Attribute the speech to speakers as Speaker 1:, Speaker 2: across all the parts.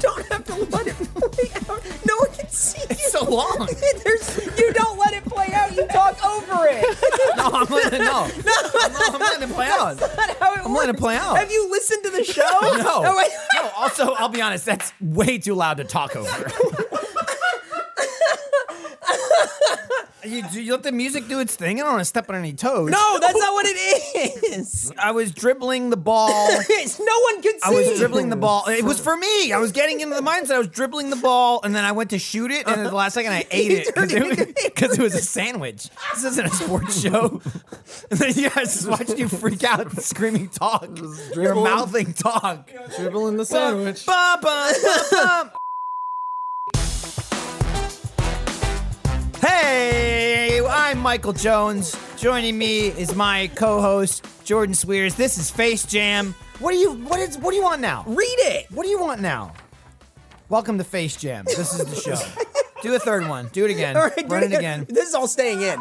Speaker 1: don't let it play out. No one can see you.
Speaker 2: It's so long.
Speaker 1: There's, you don't let it play out. You talk over it.
Speaker 2: No, I'm letting no. no, I'm letting it play out.
Speaker 1: That's not how it
Speaker 2: I'm letting it
Speaker 1: works.
Speaker 2: play out.
Speaker 1: Have you listened to the show?
Speaker 2: No.
Speaker 1: Oh, wait.
Speaker 2: no. Also, I'll be honest. That's way too loud to talk over. you, you let the music do its thing. I don't want to step on any toes.
Speaker 1: No, that's not what it is.
Speaker 2: I was dribbling the ball.
Speaker 1: It's- no one could see.
Speaker 2: I was dribbling the ball. It was for me. I was getting into the mindset. I was dribbling the ball, and then I went to shoot it, and at the last second I ate it because it, 'cause it was a sandwich. This isn't a sports show. And then you guys just watched you freak out, screaming talk, you're
Speaker 3: dribbling.
Speaker 2: mouthing talk.
Speaker 3: dribbling the sandwich.
Speaker 2: Bum, bum, bum, bum. hey, I'm Michael Jones. Joining me is my co-host Jordan Swears. This is Face Jam. What do you what is what do you want now?
Speaker 1: Read it.
Speaker 2: What do you want now? Welcome to Face Jam. This is the show. do a third one. Do it again.
Speaker 1: All right, do
Speaker 2: Run
Speaker 1: it again. This is all staying in.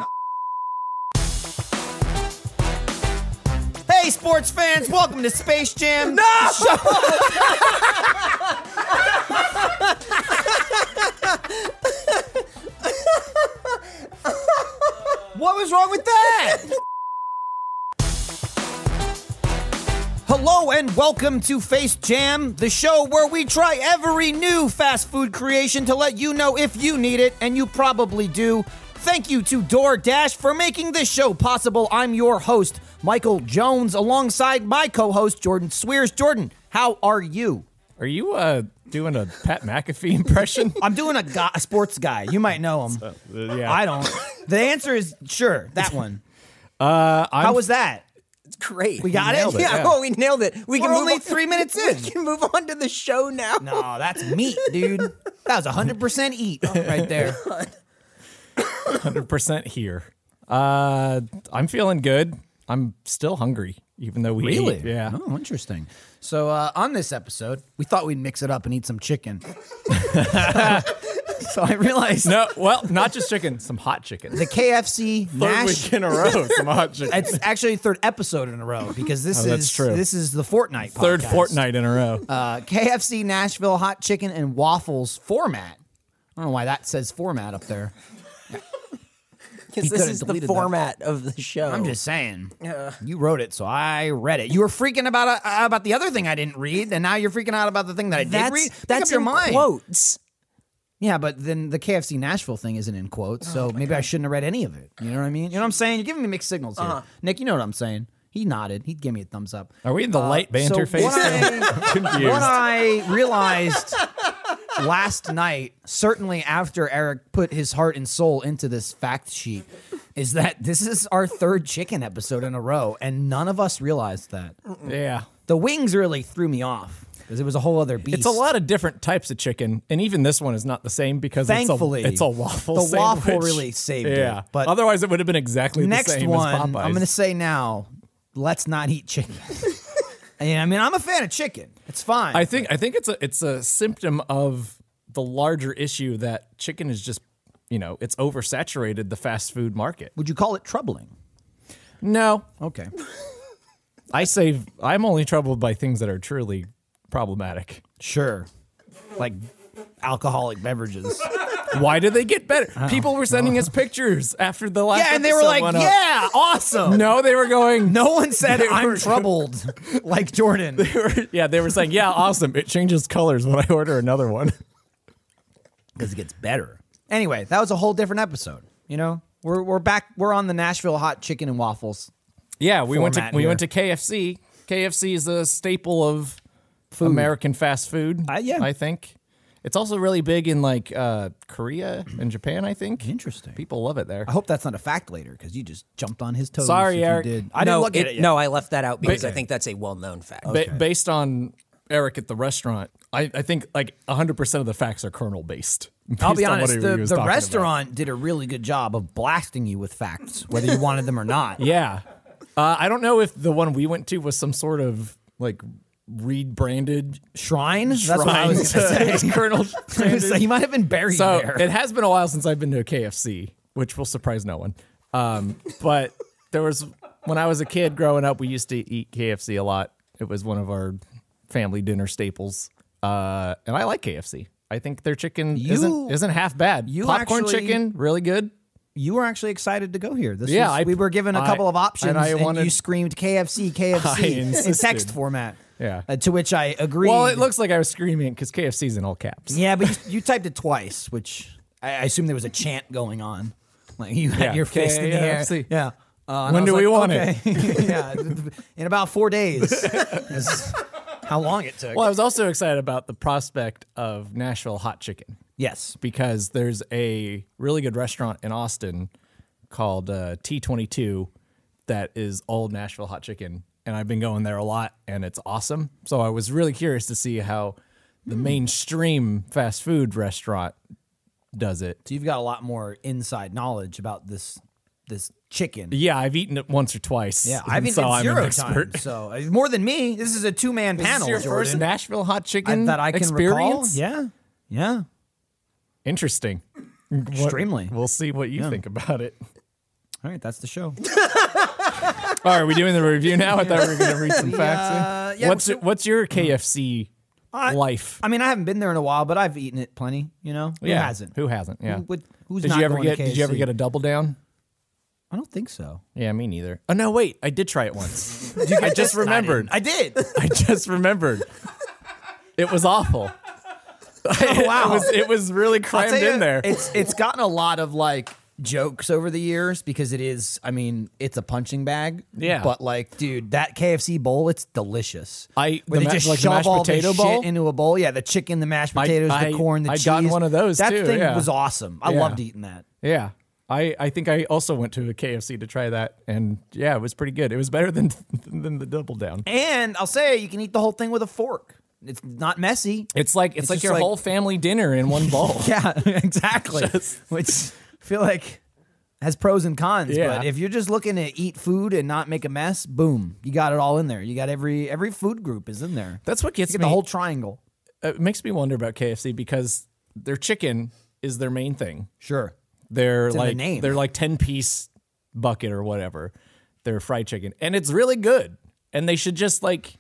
Speaker 2: Hey, sports fans, welcome to Space Jam. No! what was wrong with that? Hello and welcome to Face Jam, the show where we try every new fast food creation to let you know if you need it, and you probably do. Thank you to DoorDash for making this show possible. I'm your host, Michael Jones, alongside my co host, Jordan Swears. Jordan, how are you?
Speaker 3: Are you uh, doing a Pat McAfee impression?
Speaker 2: I'm doing a, guy, a sports guy. You might know him.
Speaker 3: uh, yeah.
Speaker 2: I don't. The answer is sure, that one.
Speaker 3: uh, I'm,
Speaker 2: How was that?
Speaker 1: It's great. We
Speaker 2: got it?
Speaker 1: Yeah,
Speaker 2: Nailed it,
Speaker 3: yeah.
Speaker 1: Oh, we nailed it. We
Speaker 2: We're
Speaker 1: can move
Speaker 2: only
Speaker 1: on-
Speaker 2: three minutes in.
Speaker 1: We can move on to the show now.
Speaker 2: No, that's meat, dude. That was 100% eat right there.
Speaker 3: 100% here. Uh, I'm feeling good. I'm still hungry, even though we
Speaker 2: Really?
Speaker 3: ate. Yeah.
Speaker 2: Oh, interesting. So uh, on this episode, we thought we'd mix it up and eat some chicken. so I realized
Speaker 3: No, well, not just chicken, some hot chicken.
Speaker 2: the KFC
Speaker 3: Third
Speaker 2: Nash.
Speaker 3: week in a row, some hot chicken.
Speaker 2: It's actually third episode in a row because this
Speaker 3: Oh, that's
Speaker 2: is
Speaker 3: true.
Speaker 2: this is the Fortnite
Speaker 3: Third
Speaker 2: podcast.
Speaker 3: fortnight in a row.
Speaker 2: Uh, KFC Nashville hot chicken and waffles format. I don't know why that says format up there.
Speaker 1: Because this
Speaker 2: could've
Speaker 1: is the
Speaker 2: deleted that.
Speaker 1: format of the show.
Speaker 2: I'm just saying. you wrote it, so I read it. You were freaking about uh, about the other thing I didn't read, and now you're freaking out about the thing that I did
Speaker 1: That's
Speaker 2: read. Make
Speaker 1: that's
Speaker 2: up your
Speaker 1: in
Speaker 2: mind.
Speaker 1: quotes.
Speaker 2: Yeah, but then the KFC Nashville thing isn't in
Speaker 1: Oh
Speaker 2: quotes, so maybe I shouldn't have read any of it. You know what I mean? You know what I'm saying? You're giving me mixed signals
Speaker 1: Uh-huh.
Speaker 2: here. Nick, you know what I'm saying. He nodded. He'd give me a thumbs up.
Speaker 3: Are we in the light
Speaker 2: uh,
Speaker 1: Uh,
Speaker 2: so
Speaker 3: banter phase?
Speaker 2: what I-
Speaker 3: Confused.
Speaker 2: What I realized last night, certainly after Eric put his heart and soul into this fact sheet, is that this is our third chicken episode in a row, and none of us realized that.
Speaker 3: yeah.
Speaker 2: The wings really threw me off because it was a whole other beast.
Speaker 3: It's a lot of different types of chicken, and even this one is not the same because
Speaker 2: Thankfully,
Speaker 3: it's a, it's a waffle.
Speaker 2: the
Speaker 3: sandwich.
Speaker 2: waffle really saved it,
Speaker 3: yeah.
Speaker 2: but-
Speaker 3: otherwise, it would have been exactly the
Speaker 2: Next
Speaker 3: same as
Speaker 2: one,
Speaker 3: Popeyes.
Speaker 2: I'm going to say now, let's not eat chicken. and I mean, I'm a fan of chicken. It's fine.
Speaker 3: I think I think it's a it's a symptom of the larger issue that chicken is just you know it's oversaturated the fast food market.
Speaker 2: Would you call it troubling?
Speaker 3: No,
Speaker 2: Okay.
Speaker 3: I say I'm only troubled by things that are truly problematic.
Speaker 2: Sure. Like alcoholic beverages.
Speaker 3: Why did they get better? People were sending us pictures after the last.
Speaker 2: yeah, and they were
Speaker 3: episode
Speaker 2: like,
Speaker 3: went up.
Speaker 2: yeah, awesome.
Speaker 3: No, they were going.
Speaker 2: No one said
Speaker 3: They
Speaker 2: I'm
Speaker 3: were-
Speaker 2: troubled like Jordan.
Speaker 3: yeah, they were saying, yeah, awesome. It changes colors when I order another one.
Speaker 2: Because it gets better. Anyway, that was a whole different episode. You know? We're we're back we're on the Nashville hot chicken and waffles.
Speaker 3: Yeah, we went to
Speaker 2: Format
Speaker 3: we went to
Speaker 2: here.
Speaker 3: KFC. KFC is a staple of American fast food.
Speaker 2: Uh, yeah.
Speaker 3: I think it's also really big in like uh, Korea and Japan. I think
Speaker 2: Interesting. Oh,
Speaker 3: people love it there.
Speaker 2: I hope that's not a fact later, because you just jumped on his toes.
Speaker 3: Sorry,
Speaker 2: if you
Speaker 3: Eric.
Speaker 2: did. I
Speaker 1: no,
Speaker 2: didn't look at it yet.
Speaker 1: No, I left that out because I
Speaker 3: Okay.
Speaker 1: think that's a well-known fact.
Speaker 3: Ba- based on Eric at the restaurant, I, I think like 100 percent of the facts are kernel based.
Speaker 2: I'll
Speaker 3: based
Speaker 2: be
Speaker 3: on what
Speaker 2: honest,
Speaker 3: he
Speaker 2: the,
Speaker 3: was
Speaker 2: the
Speaker 3: talking about.
Speaker 2: restaurant did a really good job of blasting you with facts, whether you wanted them or not.
Speaker 3: Yeah, uh, I don't know if the one we went to was some sort of like Reed branded.
Speaker 2: Shrine? That's what I was
Speaker 3: shrine
Speaker 2: going
Speaker 3: to
Speaker 2: to say.
Speaker 3: Colonel
Speaker 2: so he might have been buried
Speaker 3: So
Speaker 2: there.
Speaker 3: it has been a while since I've been to a KFC, which will surprise no one. Um, but there was when I was a kid growing up, we used to eat KFC a lot. It was one of our family dinner staples, uh, and I like KFC. I think their chicken
Speaker 2: You-
Speaker 3: isn't isn't half bad.
Speaker 2: you
Speaker 3: Popcorn
Speaker 2: actually-
Speaker 3: chicken, really good.
Speaker 2: You were actually excited to go here. This
Speaker 3: Yeah,
Speaker 2: was-
Speaker 3: I-
Speaker 2: we were given a
Speaker 3: I-
Speaker 2: couple of
Speaker 3: and
Speaker 2: options, and,
Speaker 3: I wanted-
Speaker 2: you screamed KFC,
Speaker 3: I
Speaker 2: KFC in text
Speaker 3: insisted.
Speaker 2: format.
Speaker 3: Yeah.
Speaker 2: uh, to which I agreed.
Speaker 3: Well, it looks like I was screaming because KFC's in all caps.
Speaker 2: Yeah, but you, you typed it twice, which I, I assume there was a chant going on. Like you had
Speaker 3: Yeah,
Speaker 2: your fist in the air.
Speaker 3: KFC.
Speaker 2: Yeah. Uh, and
Speaker 3: When
Speaker 2: I was
Speaker 3: do we want
Speaker 2: it? yeah, in about four days. is how long it took?
Speaker 3: Well, I was also excited about the prospect of Nashville hot chicken
Speaker 2: yes.
Speaker 3: because there's a really good restaurant in Austin called uh, T22 that is all Nashville hot chicken, and I've been going there a lot, and it's awesome. So I was really curious to see how
Speaker 2: Hmm.
Speaker 3: the mainstream fast food restaurant does it.
Speaker 2: So you've got a lot more inside knowledge about this this chicken.
Speaker 3: Yeah, I've eaten it once or twice.
Speaker 2: Yeah, I've
Speaker 3: and
Speaker 2: been
Speaker 3: so I'm
Speaker 2: zero
Speaker 3: an expert.
Speaker 2: times, so uh, more than me. This is a two man
Speaker 3: This
Speaker 2: panel.
Speaker 3: is your
Speaker 2: Jordan.
Speaker 3: first Nashville hot chicken
Speaker 2: I- that I can
Speaker 3: experience?
Speaker 2: recall. Yeah,
Speaker 3: Interesting.
Speaker 2: yeah, extremely.
Speaker 3: We'll see what you think about it.
Speaker 2: All right, that's the show.
Speaker 3: All right, Oh, are we doing the review now? I thought we were going to read some facts. in.
Speaker 2: yeah,
Speaker 3: what's
Speaker 2: so-
Speaker 3: your, what's your KFC
Speaker 2: I-
Speaker 3: life?
Speaker 2: I mean, I haven't been there in a while, but I've eaten it plenty. You know,
Speaker 3: Yeah,
Speaker 2: who hasn't?
Speaker 3: Who hasn't? Yeah.
Speaker 2: Who would- who's
Speaker 3: did
Speaker 2: not
Speaker 3: you ever
Speaker 2: going to
Speaker 3: get? Did you ever
Speaker 2: KFC?
Speaker 3: get a double down?
Speaker 2: I don't think so.
Speaker 3: Yeah, me neither. Oh no, wait, I did try it once. I just remembered.
Speaker 2: I did.
Speaker 3: I just remembered. It was awful.
Speaker 2: Oh, wow.
Speaker 3: it was it was really
Speaker 2: I'll
Speaker 3: crammed
Speaker 2: tell
Speaker 3: in
Speaker 2: you,
Speaker 3: there.
Speaker 2: It's it's gotten a lot of like jokes over the years because it is. I mean, it's a punching bag.
Speaker 3: Yeah.
Speaker 2: But like, dude, that KFC bowl, it's delicious.
Speaker 3: I-
Speaker 2: where they
Speaker 3: the ma-
Speaker 2: just
Speaker 3: like the
Speaker 2: shove
Speaker 3: mashed
Speaker 2: all
Speaker 3: potato
Speaker 2: this
Speaker 3: bowl?
Speaker 2: shit into a bowl. Yeah, the chicken, the mashed potatoes,
Speaker 3: I-
Speaker 2: the corn, the
Speaker 3: I'd
Speaker 2: cheese.
Speaker 3: gotten one of those,
Speaker 2: That
Speaker 3: too,
Speaker 2: thing
Speaker 3: yeah.
Speaker 2: was awesome. I
Speaker 3: Yeah.
Speaker 2: loved eating that.
Speaker 3: yeah. I, I think I also went to a KFC to try that, and yeah, it was pretty good. It was better than than the double down.
Speaker 2: And I'll say you can eat the whole thing with a fork. It's not messy.
Speaker 3: It's like it's,
Speaker 2: It's
Speaker 3: like
Speaker 2: just
Speaker 3: your
Speaker 2: like-
Speaker 3: whole family dinner in one bowl.
Speaker 2: Yeah, exactly. Which I feel like has pros and cons.
Speaker 3: Yeah.
Speaker 2: But if you're just looking to eat food and not make a mess, boom, you got it all in there. You got every every food group is in there.
Speaker 3: That's what gets
Speaker 2: you get
Speaker 3: me.
Speaker 2: the whole triangle.
Speaker 3: it makes me wonder about KFC because their chicken is their main thing.
Speaker 2: Sure.
Speaker 3: They're
Speaker 2: in the
Speaker 3: like
Speaker 2: name.
Speaker 3: they're like ten piece bucket or whatever. Their fried chicken, and it's really good. And they should just like,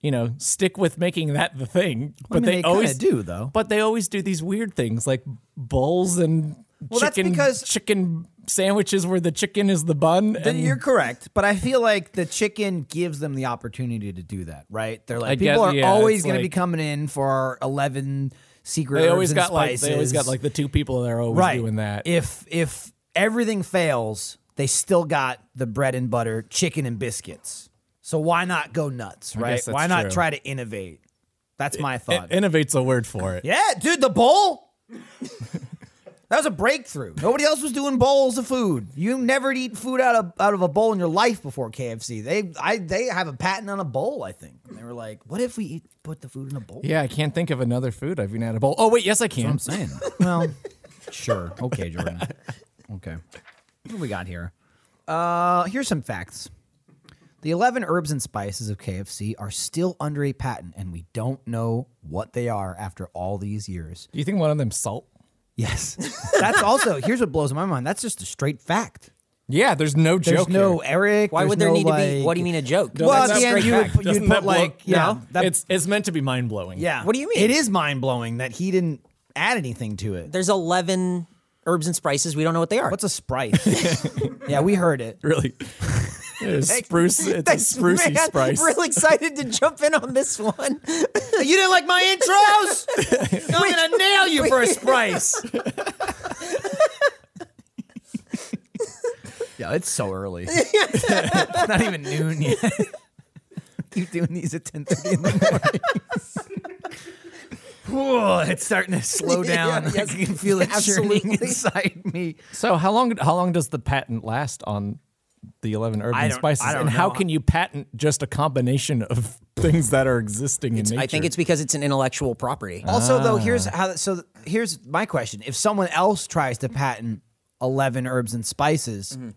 Speaker 3: you know, stick with making that the thing. But
Speaker 2: mean,
Speaker 3: they,
Speaker 2: they kinda
Speaker 3: always
Speaker 2: do, though.
Speaker 3: But they always do these weird things like bowls and
Speaker 2: Well, that's
Speaker 3: chicken
Speaker 2: because-
Speaker 3: chicken sandwiches where the chicken is the bun.
Speaker 2: Then
Speaker 3: and
Speaker 2: you're correct, but I feel like the chicken gives them the opportunity to do that, right? They're like
Speaker 3: I
Speaker 2: people
Speaker 3: guess-
Speaker 2: are
Speaker 3: yeah,
Speaker 2: always
Speaker 3: it's
Speaker 2: going to
Speaker 3: like-
Speaker 2: be coming in for our eleven secret.
Speaker 3: they
Speaker 2: herbs
Speaker 3: always
Speaker 2: and
Speaker 3: got
Speaker 2: spices.
Speaker 3: like they always got like the two people that are always
Speaker 2: right.
Speaker 3: doing that.
Speaker 2: If if everything fails, they still got the bread and butter, chicken and biscuits. So why not go nuts, right?
Speaker 3: guess that's
Speaker 2: Why not
Speaker 3: true.
Speaker 2: try to innovate? That's my
Speaker 3: In-
Speaker 2: thought.
Speaker 3: innovate's a word for it.
Speaker 2: yeah, dude, the bowl. that was a breakthrough. Nobody else was doing bowls of food. You never eat food out of out of a bowl in your life before KFC. They I they have a patent on a bowl. I think and they were like, what if we eat, put the food in a bowl?
Speaker 3: Yeah, I can't think of another food I've eaten out of a bowl. Oh wait, yes I can.
Speaker 2: I'm saying. well, sure. Okay, Jordan. Okay. What do we got here? Uh, here's some facts. The 11 herbs and spices of KFC are still under a patent, and we don't know what they are after all these years.
Speaker 3: Do you think one of them's salt?
Speaker 2: Yes. That's also, here's what blows my mind. That's just a straight fact.
Speaker 3: Yeah, there's no
Speaker 2: There's
Speaker 3: joke.
Speaker 2: no
Speaker 3: here.
Speaker 2: Eric.
Speaker 1: Why
Speaker 2: there's
Speaker 1: would there
Speaker 2: no,
Speaker 1: need to be?
Speaker 2: like-
Speaker 1: What do you mean a joke?
Speaker 2: Well,
Speaker 1: That's
Speaker 2: at
Speaker 1: a
Speaker 2: the end,
Speaker 1: straight
Speaker 2: you would
Speaker 1: fact.
Speaker 2: put, you'd
Speaker 3: Doesn't
Speaker 2: put
Speaker 3: that blow-
Speaker 2: like, yeah.
Speaker 1: No.
Speaker 2: that-
Speaker 3: it's it's meant to be mind blowing.
Speaker 2: yeah.
Speaker 1: What do you mean?
Speaker 2: It is mind blowing that he didn't add anything to it.
Speaker 1: There's 11 herbs and spices. We don't know what they are.
Speaker 2: What's a sprite? yeah, we heard it.
Speaker 3: really. It's spruce. It's a
Speaker 1: Thanks,
Speaker 3: sprucey
Speaker 1: man.
Speaker 3: spice.
Speaker 1: Real excited to jump in on this one.
Speaker 2: You didn't like my intros? I'm gonna nail you for a spice. yeah, it's so early. it's not even noon yet. Keep doing these at ten thirty in the morning. Whoa, it's starting to slow down.
Speaker 1: Yeah, yes,
Speaker 2: I can feel it churning
Speaker 1: absolutely.
Speaker 2: inside me.
Speaker 3: So how long how long does the patent last on the eleven herbs
Speaker 2: I
Speaker 3: and
Speaker 2: don't-
Speaker 3: spices?
Speaker 2: I don't
Speaker 3: and how
Speaker 2: know.
Speaker 3: can you patent just a combination of things that are existing in nature?
Speaker 1: I think it's because it's an intellectual property.
Speaker 2: Also, though, here's
Speaker 1: Ah.
Speaker 2: how. So th- here's my question: If someone else tries to patent eleven herbs and spices,
Speaker 1: Mm-hmm.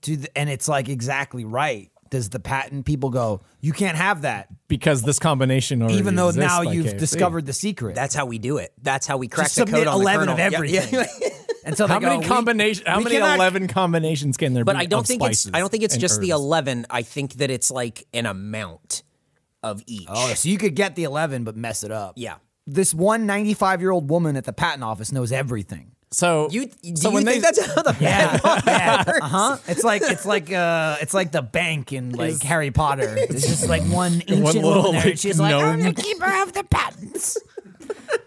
Speaker 2: do th- and it's like exactly right, does the patent people go, "You can't have that,"
Speaker 3: because this combination already
Speaker 2: even though
Speaker 3: exists
Speaker 2: now
Speaker 3: by
Speaker 2: you've
Speaker 3: KFC.
Speaker 2: discovered the secret?
Speaker 1: That's how we do it. That's how we crack
Speaker 2: Just
Speaker 1: the
Speaker 2: submit
Speaker 1: code on
Speaker 2: eleven
Speaker 1: the
Speaker 2: of
Speaker 1: kernel. Yeah,
Speaker 2: everything.
Speaker 1: yeah.
Speaker 2: Until they
Speaker 3: how
Speaker 2: go,
Speaker 3: many
Speaker 2: uh, "We-
Speaker 3: combination how
Speaker 2: we
Speaker 3: many
Speaker 2: cannot-
Speaker 3: eleven combinations can there
Speaker 1: But
Speaker 3: be?
Speaker 1: I don't
Speaker 3: of
Speaker 1: think it's. I
Speaker 3: spices
Speaker 1: don't think it's
Speaker 3: and
Speaker 1: just the
Speaker 3: herbs?
Speaker 1: eleven. I think that it's like an amount of each.
Speaker 2: Oh, so you could get the eleven, but mess it up.
Speaker 1: Yeah.
Speaker 2: this one 95 year old woman at the patent office knows everything.
Speaker 3: So
Speaker 1: You, do
Speaker 3: so
Speaker 1: you
Speaker 3: when
Speaker 1: think
Speaker 3: they,
Speaker 1: that's how the yeah.
Speaker 2: Uh huh. It's like it's like uh it's like the bank in like Harry Potter. It's just like one ancient
Speaker 3: little,
Speaker 2: woman there.
Speaker 3: like,
Speaker 2: she's like, I'm
Speaker 3: gnome.
Speaker 2: the keeper of the patents.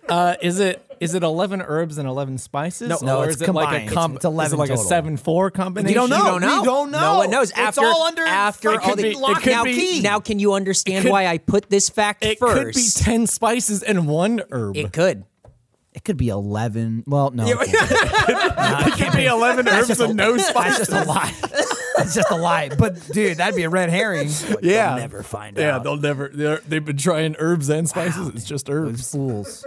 Speaker 3: Uh, is it is it eleven herbs and eleven spices?
Speaker 2: No, no,
Speaker 3: or
Speaker 2: it's
Speaker 3: is it like
Speaker 2: combined.
Speaker 3: a com-
Speaker 2: It's- it's 11
Speaker 3: is it like
Speaker 2: total.
Speaker 3: a seven four combination?
Speaker 2: You don't know.
Speaker 1: You don't
Speaker 2: We
Speaker 1: know.
Speaker 2: don't know.
Speaker 1: No one knows.
Speaker 2: It's
Speaker 1: after,
Speaker 2: all under-
Speaker 1: after
Speaker 2: it
Speaker 1: all
Speaker 3: could
Speaker 1: the
Speaker 3: be- it could
Speaker 1: now,
Speaker 3: be-
Speaker 1: now can you understand why I put this fact
Speaker 3: It
Speaker 1: first?
Speaker 3: could be ten spices and one herb.
Speaker 1: It could.
Speaker 2: It could be eleven. Well, no, it's
Speaker 3: It could be eleven herbs and no spices.
Speaker 2: just a lie. It's just a lie. But dude, that'd be a red herring. Like,
Speaker 3: Yeah,
Speaker 2: they'll never find
Speaker 3: Yeah,
Speaker 2: out.
Speaker 3: they'll never. they're- They've been trying herbs and spices. It's just
Speaker 2: Those
Speaker 3: herbs.
Speaker 2: fools.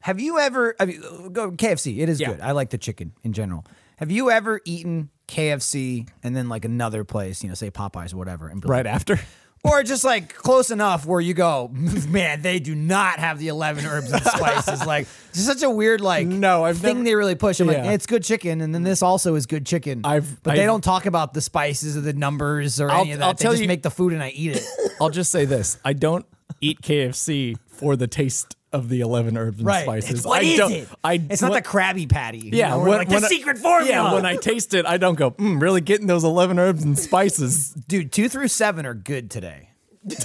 Speaker 2: Have you ever? I mean, go KFC. It is good. I like the chicken in general. Have you ever eaten KFC and then like another place, you know, say Popeyes or whatever, and be like,
Speaker 3: Right after.
Speaker 2: or just like close enough where you go, man, they do not have the eleven herbs and spices. like, it's such a weird like
Speaker 3: No, I've
Speaker 2: thing
Speaker 3: never-
Speaker 2: they really push. I'm like,
Speaker 3: Yeah.
Speaker 2: it's good chicken, and then this also is good chicken.
Speaker 3: I've-
Speaker 2: but they
Speaker 3: I've-
Speaker 2: don't talk about the spices or the numbers or
Speaker 3: I'll-
Speaker 2: any of that.
Speaker 3: I'll
Speaker 2: they
Speaker 3: tell
Speaker 2: just
Speaker 3: you-
Speaker 2: make the food and I eat it.
Speaker 3: I'll just say this: I don't eat KFC for the taste of the eleven herbs and
Speaker 2: right?
Speaker 3: spices.
Speaker 2: It's, what
Speaker 3: I
Speaker 2: is
Speaker 3: don't,
Speaker 2: it?
Speaker 3: I
Speaker 2: it's
Speaker 3: what-
Speaker 2: not the Krabby Patty. you
Speaker 3: Yeah,
Speaker 2: know, we're like the
Speaker 3: I-
Speaker 2: secret formula.
Speaker 3: Yeah, when I taste it, I don't go, mm, really getting those 11 herbs and spices.
Speaker 2: dude, two through seven are good today.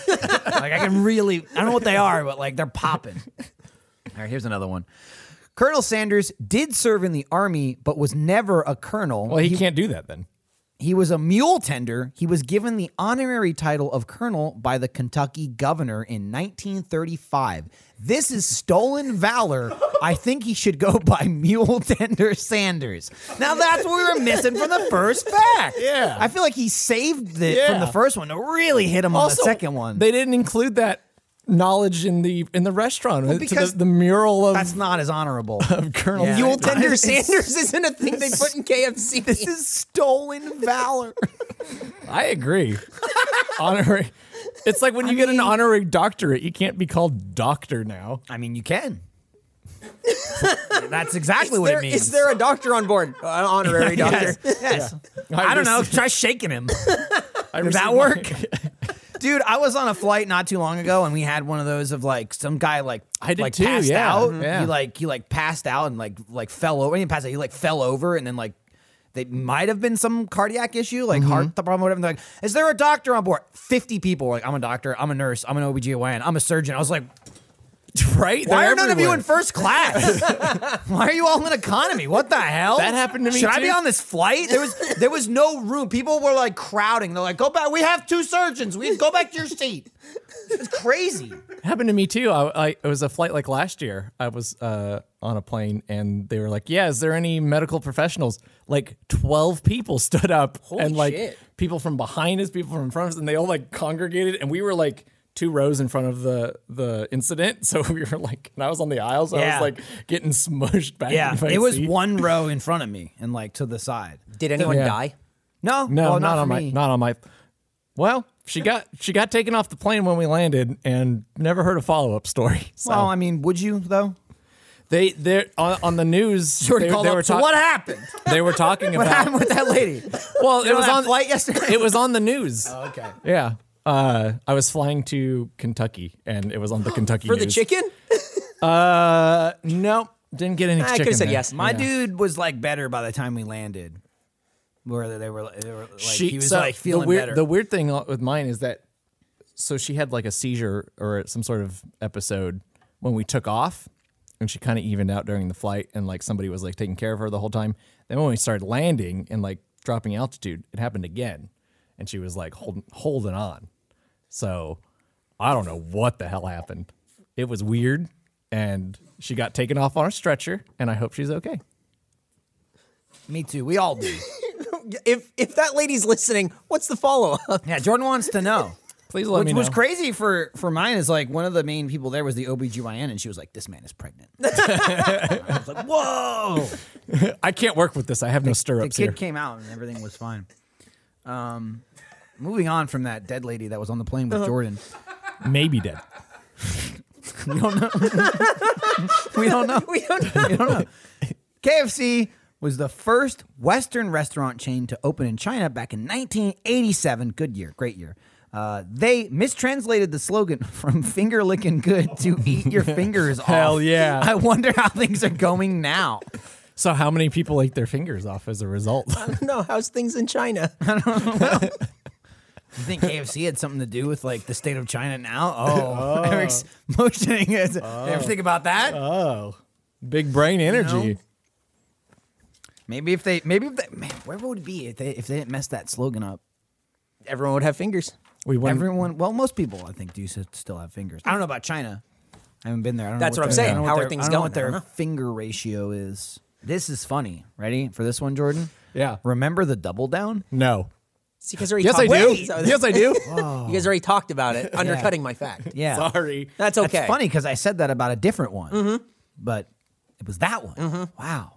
Speaker 2: like I can really, I don't know what they are, but like they're popping. All right, here's another one. Colonel Sanders did serve in the army, but was never a colonel.
Speaker 3: Well, he, can't do that then.
Speaker 2: He was a mule tender. He was given the honorary title of colonel by the Kentucky governor in 1935. This is stolen valor. I think he should go by mule tender Sanders. Now that's what we were missing from the first fact.
Speaker 3: Yeah.
Speaker 2: I feel like he saved it from
Speaker 3: Yeah.
Speaker 2: the first one to really hit him on the
Speaker 3: Also,
Speaker 2: second one.
Speaker 3: They didn't include that knowledge in the in the restaurant uh, to the-
Speaker 2: because
Speaker 3: the, mural of,
Speaker 2: that's not as honorable.
Speaker 3: of Colonel
Speaker 2: Yeah.
Speaker 1: Mule
Speaker 2: It's-
Speaker 1: tender
Speaker 2: it's-
Speaker 1: Sanders isn't a thing they put in KFC.
Speaker 2: this is stolen valor.
Speaker 3: I agree. honorary. It's like when you get an honorary doctorate, you can't be called doctor now.
Speaker 2: I mean, you can. That's exactly what it
Speaker 1: there,
Speaker 2: means.
Speaker 1: is there a doctor on board? An honorary doctor.
Speaker 2: Yes.
Speaker 3: I received-
Speaker 2: Try shaking him.
Speaker 3: I
Speaker 2: Did that
Speaker 3: received my-
Speaker 2: work? Dude, I was on a flight not too long ago, and we had one of those of like some guy like
Speaker 3: I did
Speaker 2: like
Speaker 3: too,
Speaker 2: passed
Speaker 3: yeah.
Speaker 2: out.
Speaker 3: Mhm. Yeah.
Speaker 2: He like he like passed out and like like fell over. He didn't pass out. He like fell over and then like. They might have been some cardiac issue, like heart
Speaker 3: Mm-hmm.
Speaker 2: problem, whatever. And they're like, is there a doctor on board? 50 people were like, I'm a doctor, I'm a nurse, I'm an OBGYN, I'm a surgeon. I was like,
Speaker 3: right?
Speaker 2: why
Speaker 3: They're
Speaker 2: are none of you
Speaker 3: everywhere.
Speaker 2: in first class? Why are you all in economy? What the hell?
Speaker 3: That happened to me,
Speaker 2: Should I be
Speaker 3: too.
Speaker 2: on this flight? There was there was no room. People were like crowding. They're like, "Go back. We have two surgeons. We go back to your seat." It's crazy.
Speaker 3: happened to me too. I, I it was a flight like last year. I was uh, on a plane and they were like, "Yeah, is there any medical professionals?" Like twelve people stood up and like
Speaker 1: shit.
Speaker 3: people from behind us, people from in front of us, and they all like congregated, and we were like two rows in front of the the incident. So we were like, and I was on the aisle, so
Speaker 2: Yeah.
Speaker 3: I was like getting smushed back.
Speaker 2: Yeah,
Speaker 3: into my
Speaker 2: it was
Speaker 3: seat.
Speaker 2: one row in front of me and like to the side.
Speaker 1: Did anyone
Speaker 3: Yeah.
Speaker 1: die?
Speaker 2: No,
Speaker 3: No,
Speaker 2: well,
Speaker 3: not,
Speaker 2: for
Speaker 3: on my,
Speaker 2: me.
Speaker 3: not on my. Well, she got she got taken off the plane when we landed, and never heard a follow up story. So
Speaker 2: Well, I mean, would you though?
Speaker 3: they they on, on the news.
Speaker 2: Jordan
Speaker 3: they,
Speaker 2: called
Speaker 3: they
Speaker 2: up,
Speaker 3: were
Speaker 2: "So
Speaker 3: talk-
Speaker 2: what happened?
Speaker 3: They were talking
Speaker 2: What
Speaker 3: about.
Speaker 2: happened with that lady?
Speaker 3: Well, it was
Speaker 2: that
Speaker 3: on
Speaker 2: flight yesterday? Oh,
Speaker 3: It was on the news.
Speaker 2: okay.
Speaker 3: Yeah. Uh, I was flying to Kentucky, and it was on the Kentucky
Speaker 1: For the
Speaker 3: news.
Speaker 1: chicken?
Speaker 3: Uh, no, didn't get any
Speaker 1: I
Speaker 3: chicken.
Speaker 1: could've said
Speaker 3: there.
Speaker 1: yes.
Speaker 2: My
Speaker 3: Yeah.
Speaker 2: dude was like better by the time we landed. Where they were, they were like
Speaker 3: She
Speaker 2: he was
Speaker 3: so
Speaker 2: like feeling
Speaker 3: the weird,
Speaker 2: better.
Speaker 3: The weird thing with mine is that, so she had like a seizure or some sort of episode when we took off, and she kind of evened out during the flight, and like somebody was like taking care of her the whole time. Then when we started landing and like dropping altitude, it happened again, and she was like holding holding on. So I don't know what the hell happened. It was weird, and she got taken off on a stretcher, and I hope she's okay.
Speaker 2: me too. We all do.
Speaker 1: If if that lady's listening, what's the follow up?
Speaker 2: Yeah, Jordan wants to know.
Speaker 3: Please let
Speaker 2: Which
Speaker 3: me know.
Speaker 2: was crazy for for mine is like one of the main people there was the OBGYN and she was like, This man is pregnant. I was like, Whoa.
Speaker 3: I can't work with this. I have no
Speaker 2: The
Speaker 3: stirrups here.
Speaker 2: kid came out and everything was fine. Um moving on from that dead lady that was on the plane with Jordan.
Speaker 3: Maybe dead.
Speaker 2: We don't know. we don't know.
Speaker 1: We don't know.
Speaker 2: We don't know. KFC was the first Western restaurant chain to open in China back in 1987. Good year, great year. Uh, they mistranslated the slogan from "finger licking good" to "eat your fingers off."
Speaker 3: Hell yeah.
Speaker 2: I wonder how things are going now.
Speaker 3: So how many people ate their fingers off as a result?
Speaker 1: no, how's things in China?
Speaker 2: You think KFC had something to do with like the state of China now? Oh, Eric's motioning. It. You ever think about that?
Speaker 3: oh, big brain energy.
Speaker 2: know? Maybe if they, maybe if they, man, where would it be if they if they didn't mess that slogan up?
Speaker 1: Everyone would have fingers.
Speaker 3: We went.
Speaker 2: Everyone, well, most people, I think, do s- still have fingers. I don't know about China. I haven't been there. I don't
Speaker 1: That's
Speaker 2: know
Speaker 1: what I'm
Speaker 2: their- I
Speaker 1: saying.
Speaker 2: don't know
Speaker 1: How
Speaker 2: what
Speaker 1: are
Speaker 2: their-
Speaker 1: things
Speaker 2: I don't Know
Speaker 1: going?
Speaker 2: what
Speaker 1: I
Speaker 2: their
Speaker 1: don't know.
Speaker 2: finger ratio is. This is funny. Ready for this one, Jordan?
Speaker 3: Yeah.
Speaker 2: Remember the double down?
Speaker 3: no.
Speaker 1: See, you guys already
Speaker 3: Yes, I
Speaker 1: talked-
Speaker 3: do.
Speaker 1: Wait, so-
Speaker 3: Yes, I do.
Speaker 1: You guys already talked about it, undercutting my fact.
Speaker 2: Yeah.
Speaker 3: Sorry.
Speaker 1: That's okay. Mm-hmm.
Speaker 2: That's funny because I said that about a different one, but it was that one. Wow.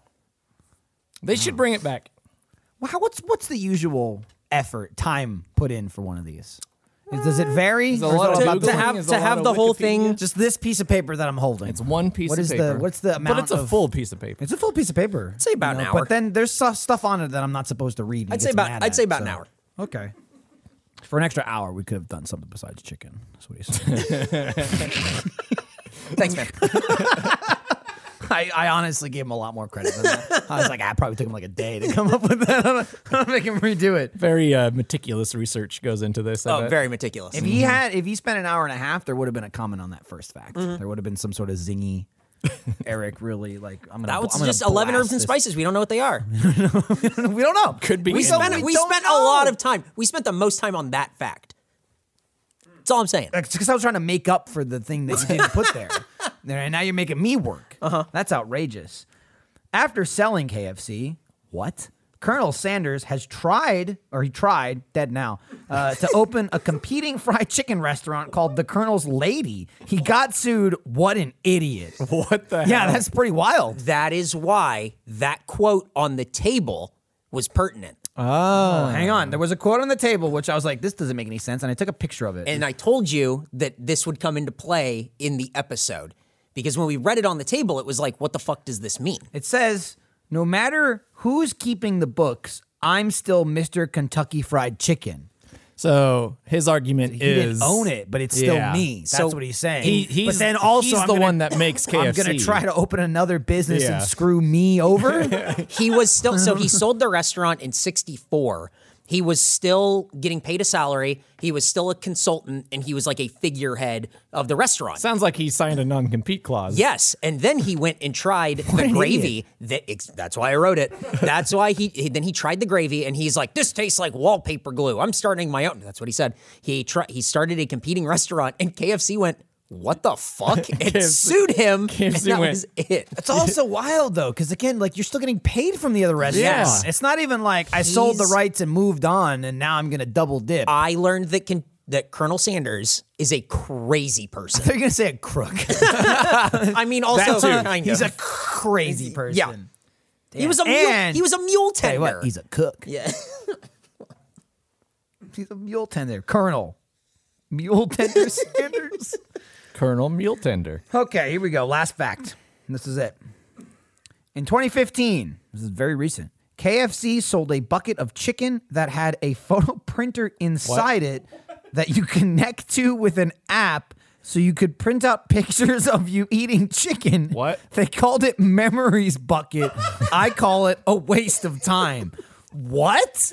Speaker 3: They should bring it back.
Speaker 2: Well, how, what's what's the usual effort time put in for one of these? Is- Does it vary?
Speaker 3: a
Speaker 2: Or is
Speaker 3: lot
Speaker 2: it
Speaker 3: of
Speaker 2: about
Speaker 3: Googling,
Speaker 2: to have
Speaker 3: there's
Speaker 1: to
Speaker 3: a lot
Speaker 1: have
Speaker 3: of
Speaker 1: the whole
Speaker 3: Wikipedia.
Speaker 1: thing-
Speaker 2: just this piece of paper that I'm holding?
Speaker 3: It's one piece
Speaker 2: What
Speaker 3: of
Speaker 2: is the-
Speaker 3: paper.
Speaker 2: what's the
Speaker 3: But
Speaker 2: amount
Speaker 3: it's a
Speaker 2: of-
Speaker 3: full piece of paper.
Speaker 2: It's a full piece of paper. I'd
Speaker 1: say about an hour.
Speaker 2: But then there's stuff, stuff on it that I'm not supposed to read. and
Speaker 1: I'd
Speaker 2: he
Speaker 1: say
Speaker 2: gets
Speaker 1: about-
Speaker 2: mad
Speaker 1: I'd
Speaker 2: at,
Speaker 1: say about an
Speaker 2: so-
Speaker 1: hour.
Speaker 2: Okay. For an extra hour, we could have done something besides chicken. That's what he said.
Speaker 1: Thanks, man.
Speaker 2: I, I honestly gave him a lot more credit than that. I was like, I probably took him like a day to come up with that. I'm gonna make him redo it.
Speaker 3: Very uh, meticulous research goes into this. I
Speaker 1: oh,
Speaker 3: bet.
Speaker 1: very meticulous.
Speaker 2: If he had, if he spent an hour and a half, there would have been a comment on that first fact. There would have been some sort of zingy. Eric really like I'm gonna.
Speaker 1: that
Speaker 2: bl-
Speaker 1: was
Speaker 2: I'm gonna
Speaker 1: just 11
Speaker 2: blast
Speaker 1: herbs and
Speaker 2: this."
Speaker 1: spices. We don't know what they are.
Speaker 2: we don't know.
Speaker 3: Could be
Speaker 1: We
Speaker 3: in
Speaker 1: spent,
Speaker 3: there.
Speaker 1: we
Speaker 2: don't
Speaker 1: spent a
Speaker 2: know.
Speaker 1: lot of time. We spent the most time on that fact. That's all I'm saying.
Speaker 2: because I was trying to make up for the thing that you didn't put there. There- and now you're making me work. Uh-huh. That's outrageous. After selling KFC, what? Colonel Sanders has tried, or he tried, dead now, uh, to open a competing fried chicken restaurant called The Colonel's Lady. He got sued. What an idiot.
Speaker 3: What the?
Speaker 2: Yeah,
Speaker 3: hell?
Speaker 2: that's pretty wild.
Speaker 1: That is why that quote on the table was pertinent.
Speaker 2: Hang on. There was a quote on the table, which I was like, this doesn't make any sense. And I took a picture of it.
Speaker 1: And I told you that this would come into play in the episode because when we read it on the table, it was like, what the fuck does this mean?
Speaker 2: It says, no matter who's keeping the books, I'm still Mr. Kentucky Fried Chicken.
Speaker 3: So his argument
Speaker 2: He
Speaker 3: is
Speaker 2: didn't own it, but it's still
Speaker 3: Yeah.
Speaker 2: me. That's
Speaker 1: So
Speaker 2: what he's saying.
Speaker 3: he-
Speaker 2: but
Speaker 3: he's-
Speaker 2: then also,
Speaker 3: he's
Speaker 2: I'm
Speaker 3: the
Speaker 2: gonna-
Speaker 3: one that makes
Speaker 2: I'm gonna
Speaker 3: KFC.
Speaker 2: try to open another business
Speaker 3: Yeah.
Speaker 2: and screw me over.
Speaker 1: He was still, so he sold the restaurant in 64. He was still getting paid a salary. He was still a consultant and he was like a figurehead of the restaurant.
Speaker 3: Sounds like he signed a non-compete clause.
Speaker 1: Yes, and then he went and tried the gravy. That, ex- that's why I wrote it. That's why he, he- then he tried the gravy, and he's like, "This tastes like wallpaper glue." I'm starting my own. That's what he said. He tried. He started a competing restaurant, and KFC went, "What the fuck?" It sued him. and
Speaker 3: KFC
Speaker 1: that
Speaker 3: went-
Speaker 1: was it.
Speaker 2: it's also wild though, because again, like you're still getting paid from the other restaurant.
Speaker 3: Yeah.
Speaker 2: It's not even like I sold the
Speaker 1: He's-
Speaker 2: rights and moved on, and now I'm gonna double dip.
Speaker 3: Uh,
Speaker 1: I learned that can, that Colonel Sanders is a crazy person.
Speaker 2: They're gonna say a crook.
Speaker 1: I mean, also kind
Speaker 2: he's
Speaker 1: of.
Speaker 2: a crazy person.
Speaker 1: yeah. He was a mule,
Speaker 2: And-
Speaker 1: he was a mule
Speaker 2: Tell
Speaker 1: tender.
Speaker 2: you what, he's a cook.
Speaker 1: yeah.
Speaker 2: He's a mule tender, Colonel. Mule tender Sanders.
Speaker 3: Colonel Mule Tender.
Speaker 2: Okay, here we go. Last fact. This is it. In 2015, this is very recent. KFC sold a bucket of chicken that had a photo printer inside it that you connect to with an app so you could print out pictures of you eating chicken.
Speaker 3: What?
Speaker 2: They called it Memories Bucket. I call it a waste of time. What?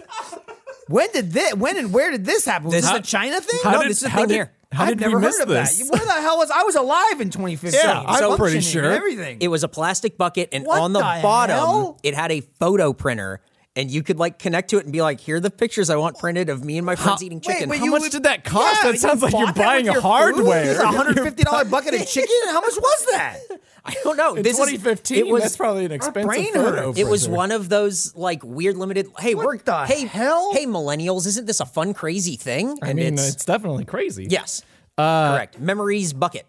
Speaker 2: When did this when and where did this happen? Was this,
Speaker 1: This-
Speaker 2: a China thing?
Speaker 1: how No, did- this is a how thing did- here.
Speaker 3: how
Speaker 2: I've
Speaker 3: did we
Speaker 2: never
Speaker 3: miss
Speaker 2: heard of
Speaker 3: this?
Speaker 2: that. Where the hell was I was alive in 2015?
Speaker 3: Yeah, I'm
Speaker 2: so
Speaker 3: pretty
Speaker 2: functioning
Speaker 3: sure.
Speaker 2: and Everything.
Speaker 1: It was a plastic bucket, and
Speaker 2: What
Speaker 1: on the,
Speaker 2: the
Speaker 1: bottom,
Speaker 2: hell?
Speaker 1: it had a photo printer, and you could like connect to it and be like, "Here are the pictures I want printed of me and my friends eating chicken."
Speaker 3: wait, How much did that cost? That sounds like you're
Speaker 2: bought that
Speaker 3: buying
Speaker 2: with your
Speaker 3: hardware.
Speaker 2: Food? It was a 150 dollar bucket of chicken. How much was that?
Speaker 1: I don't know.
Speaker 3: In
Speaker 1: this is-
Speaker 3: 2015,
Speaker 1: it was
Speaker 3: that's probably an expensive
Speaker 2: brain
Speaker 3: photo.
Speaker 2: hurts.
Speaker 1: it was
Speaker 3: printer.
Speaker 1: one of those like weird limited. Hey,
Speaker 2: What
Speaker 1: we're
Speaker 2: the
Speaker 1: hey
Speaker 2: hell?
Speaker 1: hey millennials, isn't this a fun crazy thing?
Speaker 3: I mean, it's, definitely crazy.
Speaker 1: yes, correct. Memories bucket.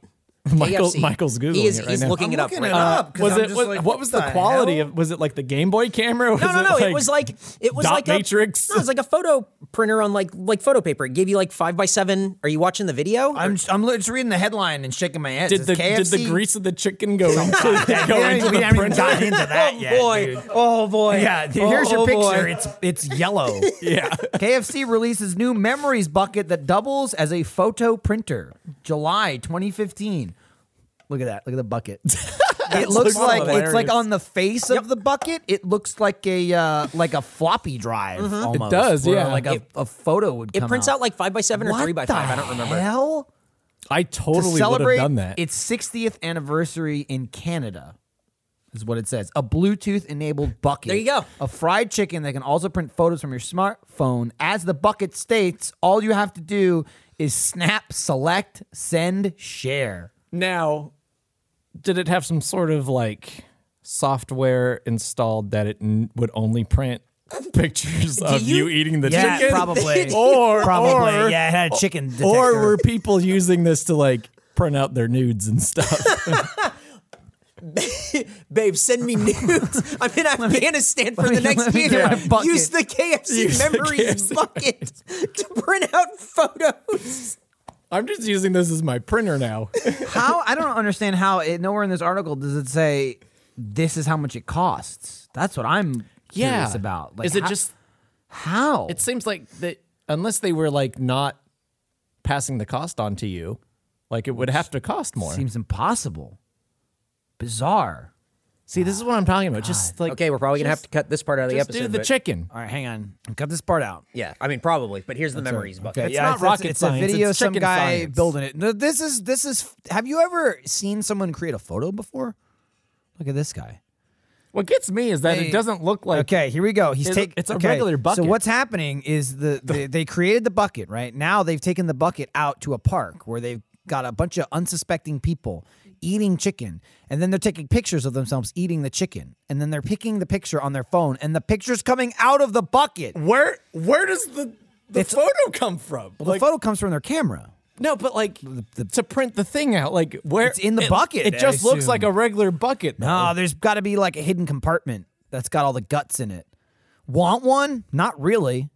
Speaker 3: uh, Michael,
Speaker 1: KFC.
Speaker 3: Michael's googling
Speaker 1: He is,
Speaker 3: it right
Speaker 1: he's
Speaker 3: now.
Speaker 1: looking
Speaker 4: I'm
Speaker 1: it up. Uh,
Speaker 4: looking
Speaker 1: right
Speaker 4: it
Speaker 1: now.
Speaker 4: up. 'cause
Speaker 3: was
Speaker 4: I'm
Speaker 3: it
Speaker 4: just
Speaker 3: what,
Speaker 4: like,
Speaker 3: what was the,
Speaker 4: the
Speaker 3: quality
Speaker 4: hell?
Speaker 3: of? Was it like the Game Boy camera? Was
Speaker 1: No, no, no.
Speaker 3: It,
Speaker 1: it was like it was
Speaker 3: dot
Speaker 1: like
Speaker 3: matrix?
Speaker 1: A, no, it was like a photo printer on like like photo paper. It gave you like five by seven. Are you watching the video?
Speaker 4: I'm I'm li- just reading the headline and shaking my head.
Speaker 3: did the
Speaker 4: It says
Speaker 3: did the
Speaker 4: KFC
Speaker 3: grease of the chicken go into, go into
Speaker 4: we haven't
Speaker 3: the
Speaker 4: even
Speaker 3: printer?
Speaker 4: gotten into that yet. dude.
Speaker 2: Oh boy.
Speaker 4: Yeah,
Speaker 2: Oh,
Speaker 4: here's your
Speaker 2: oh, boy.
Speaker 4: picture. It's it's yellow.
Speaker 3: Yeah,
Speaker 2: KFC releases new memories bucket that doubles as a photo printer. July 2015. Look at that. Look at the bucket. it looks
Speaker 3: looks
Speaker 2: like it's
Speaker 3: hilarious.
Speaker 2: like on the face of the bucket. It looks like a uh, like a floppy drive. Almost,
Speaker 3: does,
Speaker 2: where,
Speaker 3: yeah.
Speaker 2: Like a,
Speaker 1: Mm-hmm. It-
Speaker 2: a photo would.
Speaker 1: it
Speaker 2: come
Speaker 1: prints out like five by seven or
Speaker 2: What
Speaker 1: three by
Speaker 2: the
Speaker 1: five. I don't remember.
Speaker 2: Hell.
Speaker 3: I
Speaker 2: to
Speaker 3: totally would
Speaker 2: celebrate
Speaker 3: have done that.
Speaker 2: its 60th anniversary in Canada. Is what it says. A Bluetooth enabled bucket.
Speaker 1: There you go.
Speaker 2: A fried chicken that can also print photos from your smartphone. As the bucket states, all you have to do is snap, select, send, share.
Speaker 3: Now, did it have some sort of like software installed that it n- would only print pictures of you,
Speaker 1: you-
Speaker 3: eating the
Speaker 4: Yeah,
Speaker 3: chicken?
Speaker 4: probably.
Speaker 3: or
Speaker 4: Probably.
Speaker 3: or,
Speaker 4: yeah, it had a chicken detector.
Speaker 3: or were people using this to like print out their nudes and stuff?
Speaker 1: Babe, send me nudes. I'm in Afghanistan for the next
Speaker 2: me get
Speaker 1: year.
Speaker 2: my bucket.
Speaker 1: Use the KFC
Speaker 3: Use the
Speaker 1: memories
Speaker 3: KFC.
Speaker 1: bucket to print out photos.
Speaker 3: I'm just using this as my printer now.
Speaker 2: How I don't understand how it nowhere in this article does it say this is how much it costs. That's what I'm curious about. Like,
Speaker 3: Is it
Speaker 2: how-
Speaker 3: just?
Speaker 2: how?
Speaker 3: It seems like that unless they were like not passing the cost on to you, like it would have to cost more.
Speaker 2: seems impossible. Bizarre.
Speaker 3: See, this is what I'm talking about. Just like
Speaker 1: Okay, we're probably gonna have to cut this part out of the
Speaker 3: just
Speaker 1: episode.
Speaker 3: do the
Speaker 1: but-
Speaker 3: chicken.
Speaker 2: All right, hang on. Cut this part out.
Speaker 1: Yeah, I mean probably, but here's the memories bucket.
Speaker 2: It's
Speaker 3: Yeah,
Speaker 2: not
Speaker 3: it's-
Speaker 2: rocket
Speaker 3: it's- it's a
Speaker 2: science.
Speaker 3: video
Speaker 2: it's
Speaker 3: some
Speaker 2: some guy
Speaker 3: guy
Speaker 2: building it. No, This is this is. Have you ever seen someone create a photo before? Look at this guy.
Speaker 3: What gets me is that
Speaker 2: They-
Speaker 3: it doesn't look like
Speaker 2: Okay, here we go. He's
Speaker 3: It-
Speaker 2: taking
Speaker 3: it's a
Speaker 2: okay,
Speaker 3: regular bucket.
Speaker 2: So what's happening is the, the they created the bucket right now. They've taken the bucket out to a park where they've got a bunch of unsuspecting people eating chicken, and then they're taking pictures of themselves eating the chicken, and then they're picking the picture on their phone, and the picture's coming out of the bucket.
Speaker 3: Where where does the the
Speaker 2: It's-
Speaker 3: photo come from?
Speaker 2: the photo comes from their camera.
Speaker 3: no, but like to print the thing out, like where
Speaker 2: It's in the
Speaker 3: it,
Speaker 2: bucket,
Speaker 3: It
Speaker 2: I
Speaker 3: just looks
Speaker 2: assume.
Speaker 3: like a regular bucket.
Speaker 2: No, there's got to be like a hidden compartment that's got all the guts in it. Want one? Not really.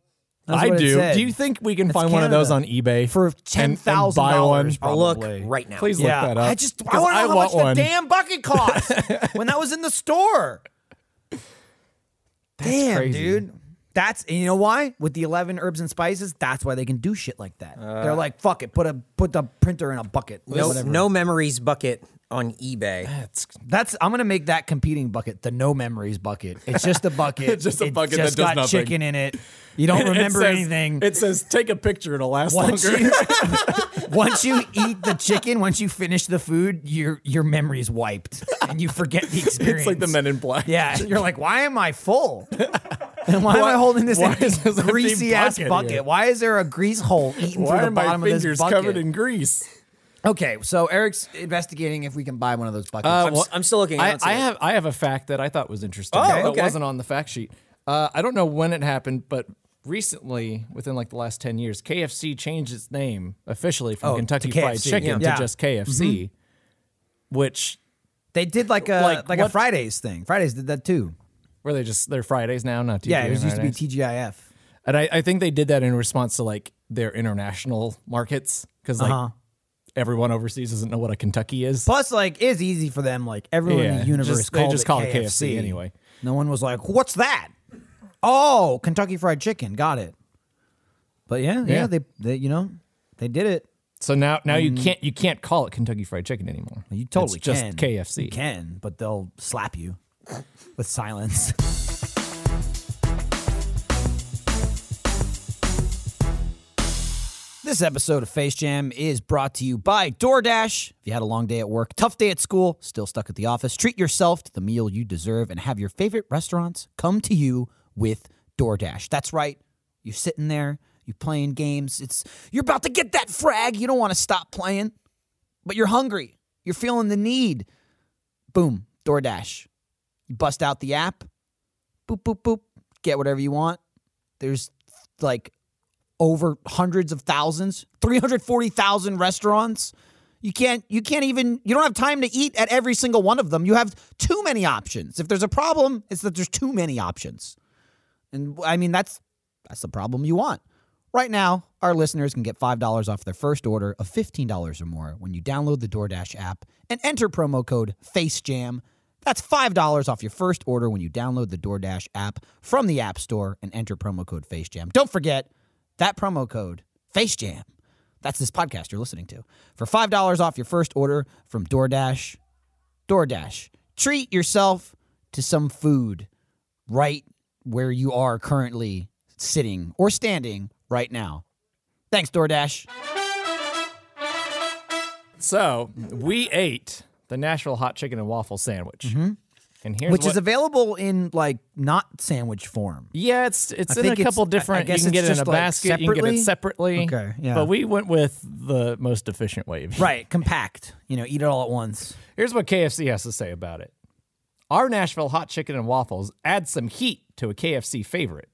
Speaker 2: That's
Speaker 3: I
Speaker 2: what it
Speaker 3: do.
Speaker 2: said.
Speaker 3: Do you think we can
Speaker 2: It's
Speaker 3: find one of those on
Speaker 2: Canada.
Speaker 3: eBay
Speaker 2: For
Speaker 3: and- and
Speaker 2: $10,000
Speaker 3: buy one?
Speaker 1: I'll look
Speaker 2: Probably.
Speaker 1: right now.
Speaker 3: Please
Speaker 2: yeah,
Speaker 3: look that up.
Speaker 2: I just I
Speaker 3: 'cause
Speaker 2: want to know how
Speaker 3: want
Speaker 2: much
Speaker 3: one.
Speaker 2: the damn bucket cost when that was in the store. damn,
Speaker 3: crazy.
Speaker 2: dude. That's and you know why with the eleven herbs and spices. That's why they can do shit like that. They're
Speaker 3: Uh.
Speaker 2: like, fuck it, put a put the printer in a bucket.
Speaker 1: No,
Speaker 2: Whatever.
Speaker 1: no memories bucket on eBay.
Speaker 3: That's-
Speaker 2: That's I'm gonna make that competing bucket the no memories bucket. It's just a bucket.
Speaker 3: It's just a
Speaker 2: It
Speaker 3: bucket
Speaker 2: just
Speaker 3: that does
Speaker 2: got
Speaker 3: nothing.
Speaker 2: chicken in it. You don't
Speaker 3: it
Speaker 2: remember
Speaker 3: says-
Speaker 2: anything.
Speaker 3: It says take a picture. It'll last
Speaker 2: Once
Speaker 3: longer.
Speaker 2: you, once you eat the chicken, once you finish the food, your your memory's wiped and you forget the experience.
Speaker 3: it's like the Men in Black.
Speaker 2: Yeah, you're like, why am I full? And why, am I holding this,
Speaker 3: why
Speaker 2: empty,
Speaker 3: is this empty
Speaker 2: greasy ass
Speaker 3: bucket here?
Speaker 2: bucket? Why is there a grease hole eaten
Speaker 3: Why
Speaker 2: through
Speaker 3: are
Speaker 2: the
Speaker 3: my
Speaker 2: bottom of this
Speaker 3: fingers
Speaker 2: bucket?
Speaker 3: covered in grease?
Speaker 2: okay, so Eric's investigating if we can buy one of those
Speaker 3: Uh,
Speaker 2: buckets.
Speaker 1: I'm, s- I'm still looking.
Speaker 3: I,
Speaker 1: don't see
Speaker 3: I
Speaker 1: it.
Speaker 3: have I have a fact that I thought was interesting.
Speaker 1: Oh,
Speaker 3: that
Speaker 1: okay.
Speaker 3: wasn't on the fact sheet. Uh, I don't know when it happened, but recently, within like the last ten years, KFC changed its name officially from Kentucky
Speaker 2: Oh, to
Speaker 3: Fried
Speaker 2: KFC,
Speaker 3: Chicken
Speaker 2: yeah. Mm-hmm.
Speaker 3: to just KFC, which
Speaker 2: they did like a like,
Speaker 3: like
Speaker 2: a
Speaker 3: what-
Speaker 2: Fridays thing. Fridays did that too.
Speaker 3: were they just they're Fridays now, not Tuesday.
Speaker 2: Yeah, it was used to be
Speaker 3: Fridays.
Speaker 2: TGIF.
Speaker 3: and I, I think they did that in response to like their international markets because like
Speaker 2: Uh-huh.
Speaker 3: everyone overseas doesn't know what a Kentucky is.
Speaker 2: Plus, like, it's easy for them. Like everyone in
Speaker 3: Yeah,
Speaker 2: the universe
Speaker 3: just- they
Speaker 2: called
Speaker 3: just
Speaker 2: it
Speaker 3: call it
Speaker 2: KFC.
Speaker 3: KFC anyway.
Speaker 2: No one was like, "What's that?" Oh, Kentucky Fried Chicken. Got it. But yeah, yeah,
Speaker 3: Yeah.
Speaker 2: they, they, you know, they did it.
Speaker 3: so now now
Speaker 2: Mm.
Speaker 3: you can't you can't call it Kentucky Fried Chicken anymore.
Speaker 2: You totally
Speaker 3: it's just
Speaker 2: can.
Speaker 3: KFC.
Speaker 2: You can, but they'll slap you with silence. This episode of Face Jam is brought to you by DoorDash. If you had a long day at work, tough day at school, still stuck at the office, treat yourself to the meal you deserve and have your favorite restaurants come to you with DoorDash. That's right. You're sitting there, you're playing games. It's you're about to get that frag. You don't want to stop playing, but you're hungry. You're feeling the need. Boom, DoorDash. You bust out the app. Boop boop boop. Get whatever you want. There's like over hundreds of thousands, 340,000 restaurants.
Speaker 4: You can't you can't even you don't have time to eat at every single one of them. You have too many options. If there's a problem, it's that there's too many options. And I mean that's that's the problem you want. Right now, our listeners can get $5 off their first order of $15 or more when you download the DoorDash app and enter promo code FACEJAM. That's $5 off your first order when you download the DoorDash app from the App Store and enter promo code FACEJAM. Don't forget that promo code FACEJAM. That's this podcast you're listening to. For $5 off your first order from DoorDash, DoorDash. Treat yourself to some food right where you are currently sitting or standing right now. Thanks, DoorDash.
Speaker 3: So we ate the Nashville hot chicken and waffle sandwich, and here's
Speaker 2: Mm-hmm. which
Speaker 3: what,
Speaker 2: is available in like not sandwich form.
Speaker 3: yeah, it's it's
Speaker 2: I
Speaker 3: in a
Speaker 2: think it's-
Speaker 3: couple
Speaker 2: I- I
Speaker 3: different.
Speaker 2: guess
Speaker 3: you can get
Speaker 2: it's
Speaker 3: it in a
Speaker 2: just, like,
Speaker 3: basket. You can get it separately.
Speaker 2: Okay, yeah.
Speaker 3: But we went with the most efficient way.
Speaker 2: Right, compact. You know, eat it all at once.
Speaker 3: Here's what KFC has to say about it. Our Nashville hot chicken and waffles add some heat to a KFC favorite.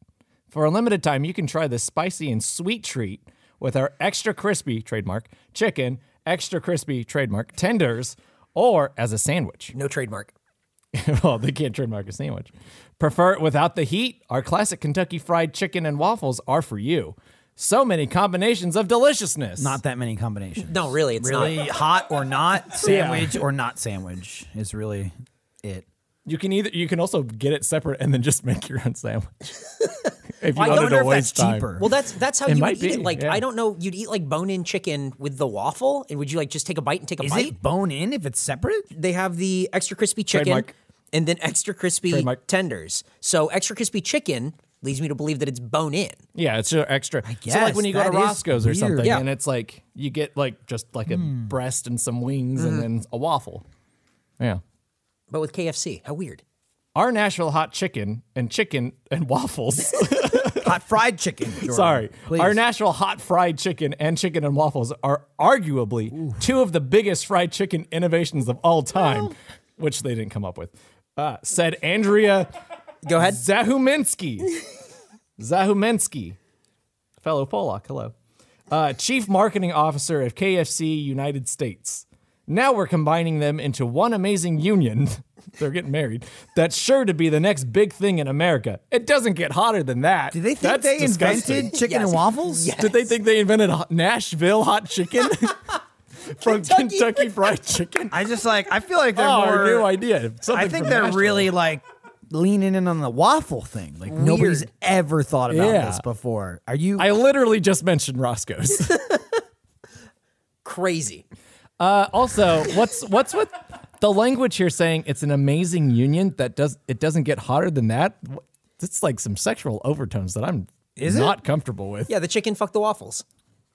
Speaker 3: For a limited time, you can try this spicy and sweet treat with our extra crispy trademark chicken, extra crispy trademark tenders, or as a sandwich.
Speaker 1: No trademark.
Speaker 3: well, they can't trademark a sandwich. Prefer it without the heat? Our classic Kentucky fried chicken and waffles are for you. So many combinations of deliciousness.
Speaker 2: Not that many combinations.
Speaker 1: No, really, it's
Speaker 2: really
Speaker 1: not.
Speaker 2: hot or not sandwich or not sandwich is really it.
Speaker 3: you can either you can also get it separate and then just make your own sandwich. if you
Speaker 1: I
Speaker 3: wanted
Speaker 1: wonder
Speaker 3: to
Speaker 1: if that's
Speaker 3: waste time.
Speaker 2: cheaper.
Speaker 1: Well, that's that's how
Speaker 3: It
Speaker 1: you would
Speaker 3: might
Speaker 1: eat
Speaker 3: be,
Speaker 1: it. Like
Speaker 3: yeah.
Speaker 1: I don't know, you'd eat like bone-in chicken with the waffle, and would you like just take a bite and take a
Speaker 2: Is
Speaker 1: bite?
Speaker 2: it bone in if it's separate?
Speaker 1: they have the extra crispy chicken
Speaker 3: Trademark.
Speaker 1: and then extra crispy
Speaker 3: Trademark.
Speaker 1: tenders. So extra crispy chicken leads me to believe that it's bone in.
Speaker 3: Yeah, it's just extra. so
Speaker 2: guess,
Speaker 3: like when you go to
Speaker 2: that is
Speaker 3: Roscoe's or
Speaker 2: weird. Hmm.
Speaker 3: something,
Speaker 1: Yeah.
Speaker 3: and it's like you get like just like a breast and some wings
Speaker 2: Mm-hmm.
Speaker 3: and then a waffle. Yeah.
Speaker 1: But with KFC, how weird.
Speaker 3: Our Nashville hot chicken and chicken and waffles.
Speaker 2: Hot fried chicken. Jordan,
Speaker 3: Sorry.
Speaker 2: please.
Speaker 3: Our Nashville hot fried chicken and chicken and waffles are arguably two of the biggest fried chicken innovations of all time, which they didn't come up with. Uh, said Andrea
Speaker 1: Go ahead.
Speaker 3: Zahuminski. Zahuminski. Fellow Polak, hello. Uh, Chief Marketing Officer of KFC United States. Now we're combining them into one amazing union. They're getting married. That's sure to be the next big thing in America. It doesn't get hotter than that.
Speaker 2: Do they think
Speaker 3: That's
Speaker 2: they
Speaker 3: disgusting.
Speaker 2: invented chicken and
Speaker 1: Yes.
Speaker 2: waffles?
Speaker 1: Yes.
Speaker 3: Did they think they invented hot- Nashville hot chicken from Kentucky.
Speaker 1: Kentucky.
Speaker 3: Fried Chicken?
Speaker 2: I just like I feel like they're
Speaker 3: oh,
Speaker 2: more
Speaker 3: new idea. Something
Speaker 2: I think
Speaker 3: from
Speaker 2: they're
Speaker 3: Nashville.
Speaker 2: really like leaning in on the waffle thing. Like nobody's ever thought about
Speaker 3: Yeah.
Speaker 2: this before. Are you
Speaker 3: I literally just mentioned Roscoe's.
Speaker 1: Crazy.
Speaker 3: Uh, also, what's what's with the language here saying it's an amazing union that does it doesn't get hotter than that? Wh- It's like some sexual overtones that I'm
Speaker 2: Is it?
Speaker 3: not comfortable with.
Speaker 1: Yeah, the chicken fucked the waffles.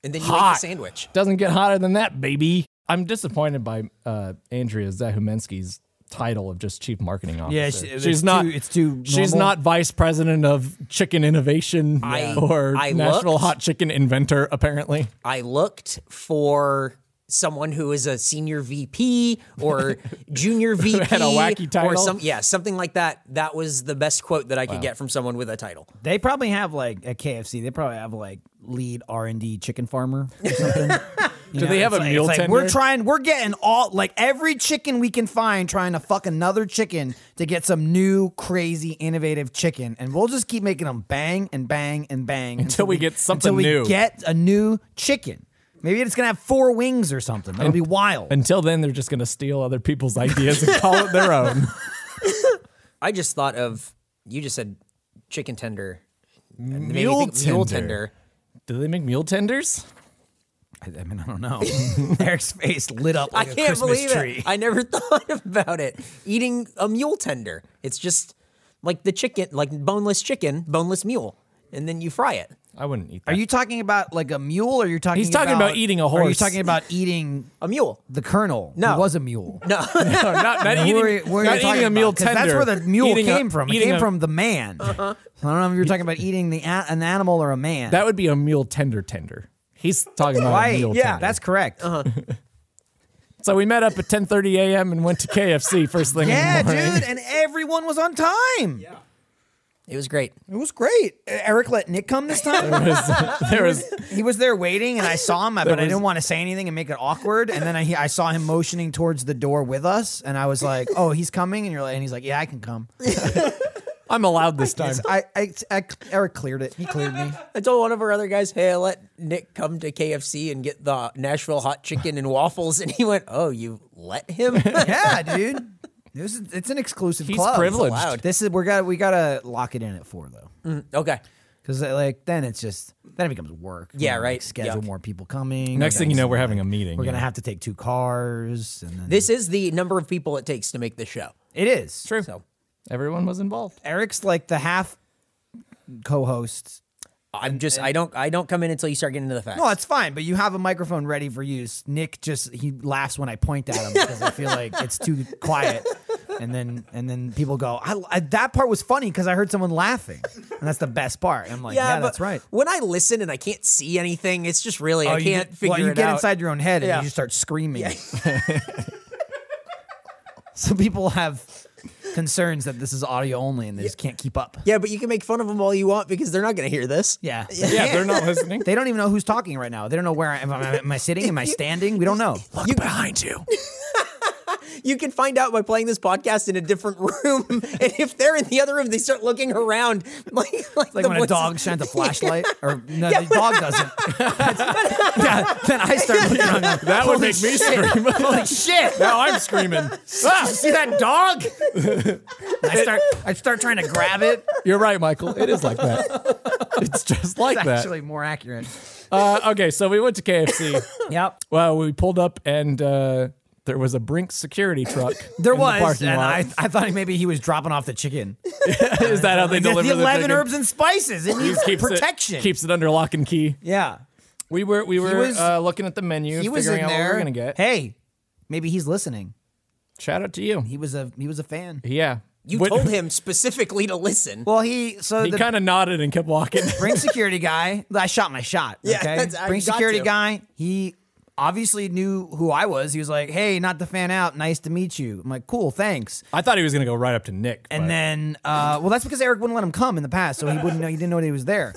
Speaker 1: And then you ate the
Speaker 3: Hot.
Speaker 1: sandwich.
Speaker 3: Doesn't get hotter than that, baby. I'm disappointed by uh, Andrea Zahumensky's title of just chief marketing officer.
Speaker 2: Yeah, she- it's
Speaker 3: she's not.
Speaker 2: too- it's too
Speaker 3: She's
Speaker 2: normal.
Speaker 3: not vice president of chicken innovation
Speaker 1: I-
Speaker 3: or
Speaker 1: I
Speaker 3: national
Speaker 1: looked.
Speaker 3: hot chicken inventor. Apparently,
Speaker 1: I looked for someone who is a senior VP or junior VP
Speaker 3: had a wacky title?
Speaker 1: or some yeah, something like that. That was the best quote that I could get from someone with a title.
Speaker 2: They probably have like at KFC. They probably have like lead R and D chicken farmer or something. Do
Speaker 3: they have a
Speaker 2: like,
Speaker 3: meal
Speaker 2: it's like,
Speaker 3: tender?
Speaker 2: We're trying. We're getting all like every chicken we can find, trying to fuck another chicken to get some new crazy innovative chicken, and we'll just keep making them bang and bang and bang
Speaker 3: Until we get something
Speaker 2: until we
Speaker 3: new.
Speaker 2: Get a new chicken. Maybe it's gonna have four wings or something. That'll be wild.
Speaker 3: until then, they're just going to steal other people's ideas and call it their own.
Speaker 1: I just thought of you just said chicken tender. and it made me
Speaker 3: Mule
Speaker 1: think Mule
Speaker 3: tender.
Speaker 1: tender.
Speaker 3: Do they make mule tenders?
Speaker 2: I, I mean, I don't know. Eric's face lit up like
Speaker 1: I
Speaker 2: a
Speaker 1: can't
Speaker 2: Christmas
Speaker 1: believe
Speaker 2: tree.
Speaker 1: it. I never thought about it. Eating a mule tender. It's just like the chicken, like boneless chicken, boneless mule, and then you fry it.
Speaker 3: I wouldn't eat that.
Speaker 2: Are you talking about like a mule? Or you're talking?
Speaker 3: He's talking about eating a
Speaker 2: Are you
Speaker 3: horse.
Speaker 2: talking about eating
Speaker 1: A mule.
Speaker 2: the colonel? who
Speaker 1: No.
Speaker 2: was a mule.
Speaker 1: No,
Speaker 3: No, not, not eating,
Speaker 2: Where- where
Speaker 3: not
Speaker 2: you're
Speaker 3: eating
Speaker 2: talking
Speaker 3: a mule
Speaker 2: about, 'cause
Speaker 3: tender.
Speaker 2: That's where the mule
Speaker 3: Eating a-
Speaker 2: came from. It
Speaker 3: eating
Speaker 2: came
Speaker 3: a-
Speaker 2: from the man.
Speaker 1: Uh-huh.
Speaker 2: So I don't know if you're talking about eating the a- an animal or a man.
Speaker 3: That would be a mule tender tender. He's talking about a
Speaker 2: right.
Speaker 3: mule
Speaker 2: Yeah,
Speaker 3: tender.
Speaker 2: that's correct.
Speaker 1: Uh-huh.
Speaker 3: so we met up at 10:30 a.m. and went to KFC first thing
Speaker 2: Yeah,
Speaker 3: in the morning.
Speaker 2: dude, and everyone was E, on time. Yeah.
Speaker 1: It was great.
Speaker 4: It was great. Eric let Nick come this time.
Speaker 3: there was
Speaker 4: he was there waiting, and I saw him, but I
Speaker 3: was-
Speaker 4: didn't
Speaker 2: didn't want to say anything and make it awkward. And then I, I saw him motioning towards the door with us, and I was like, "Oh, he's coming." And you're like, and he's like, "Yeah, I can come."
Speaker 3: I'm allowed this time.
Speaker 2: It's- I, I, I, Eric cleared it. He cleared me.
Speaker 1: I told one of our other guys, "Hey, I let Nick come to KFC and get the Nashville hot chicken and waffles," and he went, "Oh, you let him?"
Speaker 2: Yeah, dude. This is, it's an exclusive
Speaker 3: He's
Speaker 2: club.
Speaker 3: privileged. Mm.
Speaker 2: It's allowed. This is we got we gotta lock it in at four though,
Speaker 1: okay.
Speaker 2: because like then it's just then it becomes work. We
Speaker 1: Yeah,
Speaker 2: gotta, like,
Speaker 1: right.
Speaker 2: schedule
Speaker 1: Yuck.
Speaker 2: more people coming.
Speaker 3: Next
Speaker 2: We
Speaker 3: thing you
Speaker 2: gotta-
Speaker 3: know, we're having a meeting.
Speaker 2: we're gonna
Speaker 3: yeah.
Speaker 2: have to take two cars. And then
Speaker 1: This is the number of people it takes to make the show.
Speaker 2: it is
Speaker 3: true.
Speaker 1: So
Speaker 3: Everyone was involved.
Speaker 2: Eric's like the half co-host.
Speaker 1: I'm just I don't I don't come in until you start getting into the facts.
Speaker 2: No, it's fine, but you have a microphone ready for use. Nick just he laughs when I point at him because I feel like it's too quiet. And then and then people go, I, I- that part was funny because I heard someone laughing, and that's the best part. And I'm like, yeah,
Speaker 1: but
Speaker 2: that's right. Oh,
Speaker 1: When I listen and I can't see anything, it's just really I
Speaker 2: you
Speaker 1: can't
Speaker 2: get-
Speaker 1: figure
Speaker 2: well, you
Speaker 1: it
Speaker 2: get
Speaker 1: out.
Speaker 2: inside your own head and
Speaker 1: Yeah.
Speaker 2: you just start screaming. Some people have concerns that this is audio only and they just can't keep up.
Speaker 1: yeah, but you can make fun of them all you want because they're not going to hear this.
Speaker 2: Yeah.
Speaker 3: Yeah, they're not listening.
Speaker 2: They don't even know who's talking right now. They don't know where I am. I, am I sitting? Am I standing? We don't know.
Speaker 3: Look behind you.
Speaker 1: You can find out by playing this podcast in a different room, and if they're in the other room, they start looking around like like,
Speaker 2: Like
Speaker 1: the
Speaker 2: when a
Speaker 1: voices-
Speaker 2: dog shines a flashlight, or no, the dog doesn't. yeah, then I start looking around. like,
Speaker 3: That would make me scream.
Speaker 2: Holy shit!
Speaker 3: now I'm screaming.
Speaker 2: Ah, see that dog? And I start, I start trying to grab it.
Speaker 3: You're right, Michael. It is like that. It's just like
Speaker 2: It's
Speaker 3: that.
Speaker 2: actually more accurate.
Speaker 3: Uh, okay, so we went to KFC.
Speaker 2: Yep.
Speaker 3: well, we pulled up and uh, there was a Brink security truck.
Speaker 2: There
Speaker 3: in the
Speaker 2: was,
Speaker 3: parking
Speaker 2: and
Speaker 3: lot.
Speaker 2: I, I thought maybe he was dropping off the chicken.
Speaker 3: is that how they
Speaker 2: The,
Speaker 3: deliver
Speaker 2: the eleven
Speaker 3: chicken?
Speaker 2: herbs and spices. It needs
Speaker 3: keeps
Speaker 2: protection.
Speaker 3: It, keeps it under lock and key.
Speaker 2: yeah,
Speaker 3: We were we were
Speaker 2: was-
Speaker 3: uh, looking at the menu,
Speaker 2: he was
Speaker 3: figuring
Speaker 2: in
Speaker 3: out
Speaker 2: there.
Speaker 3: what we were gonna get.
Speaker 2: Hey, maybe he's listening.
Speaker 3: Shout out to you.
Speaker 2: He was a he was a fan.
Speaker 3: Yeah,
Speaker 1: You
Speaker 3: When-
Speaker 1: told him specifically to listen.
Speaker 2: Well, he so
Speaker 3: He
Speaker 2: the
Speaker 3: kind of nodded and kept walking.
Speaker 2: Bring security guy. I shot my shot.
Speaker 1: Yeah,
Speaker 2: okay.
Speaker 1: that's- I
Speaker 2: Bring
Speaker 1: got
Speaker 2: security
Speaker 1: to.
Speaker 2: guy. He obviously knew who I was. He was like, "Hey, not the fan out. Nice to meet you." I'm like, "Cool, thanks."
Speaker 3: I thought he was gonna go right up to Nick,
Speaker 2: And
Speaker 3: but
Speaker 2: then, uh, well, that's because Eric wouldn't let him come in the past, so he wouldn't know. He didn't know that he was there.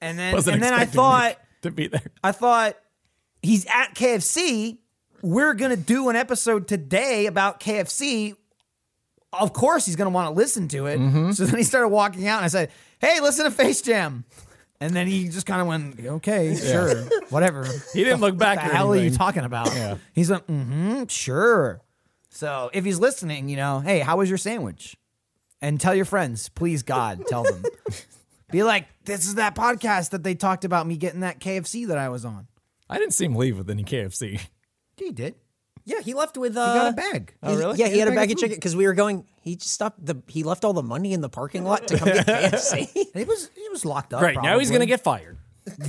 Speaker 2: And then,
Speaker 3: wasn't
Speaker 2: and then I
Speaker 3: expecting
Speaker 2: thought,
Speaker 3: Nick to be there.
Speaker 2: I thought he's at KFC. We're gonna do an episode today about KFC. Of course, he's gonna want to listen to it. So then he started walking out, and I said, "Hey, listen to Face Jam." And then he just kind of went, "Okay, sure, whatever."
Speaker 3: He didn't look
Speaker 2: What
Speaker 3: back.
Speaker 2: the
Speaker 3: or
Speaker 2: hell are you
Speaker 3: anything.
Speaker 2: talking about? He's like, "Mm-hmm, sure." So if he's listening, you know, hey, how was your sandwich? And tell your friends, please, God, tell them. Be like, this is that podcast that they talked about me getting that KFC that I was on.
Speaker 3: I didn't see him leave with any KFC.
Speaker 2: He did.
Speaker 1: yeah, he left with
Speaker 2: He
Speaker 1: uh,
Speaker 2: got a bag.
Speaker 1: he- Yeah, he had a bag of
Speaker 2: food.
Speaker 1: chicken because we were going. He just stopped the. He left all the money in the parking lot to come get KFC.
Speaker 2: He was he was locked up.
Speaker 3: Great. Now he's gonna
Speaker 2: probably.
Speaker 3: get fired.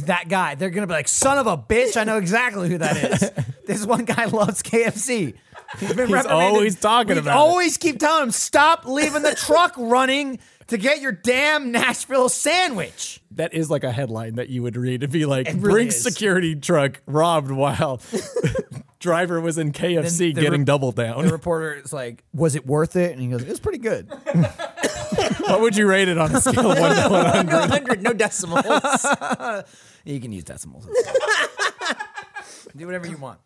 Speaker 2: that guy. They're gonna be like, son of a bitch. I know exactly who that is. this one guy loves KFC. He's, been reprimanded.
Speaker 3: always talking
Speaker 2: We
Speaker 3: about it.
Speaker 2: Always keep telling him stop leaving the truck running to get your damn Nashville sandwich.
Speaker 3: That is like a headline that you would read and be like,
Speaker 2: really
Speaker 3: "Brink
Speaker 2: is.
Speaker 3: security truck robbed while driver was in
Speaker 2: the
Speaker 3: KFC getting
Speaker 2: re-
Speaker 3: double
Speaker 2: The
Speaker 3: down."
Speaker 2: reporter is like, was it worth it? And he goes, it was pretty good.
Speaker 3: what would you rate it on a scale of one to one?
Speaker 1: Under 100, no decimals.
Speaker 2: you can use decimals. Do whatever you want.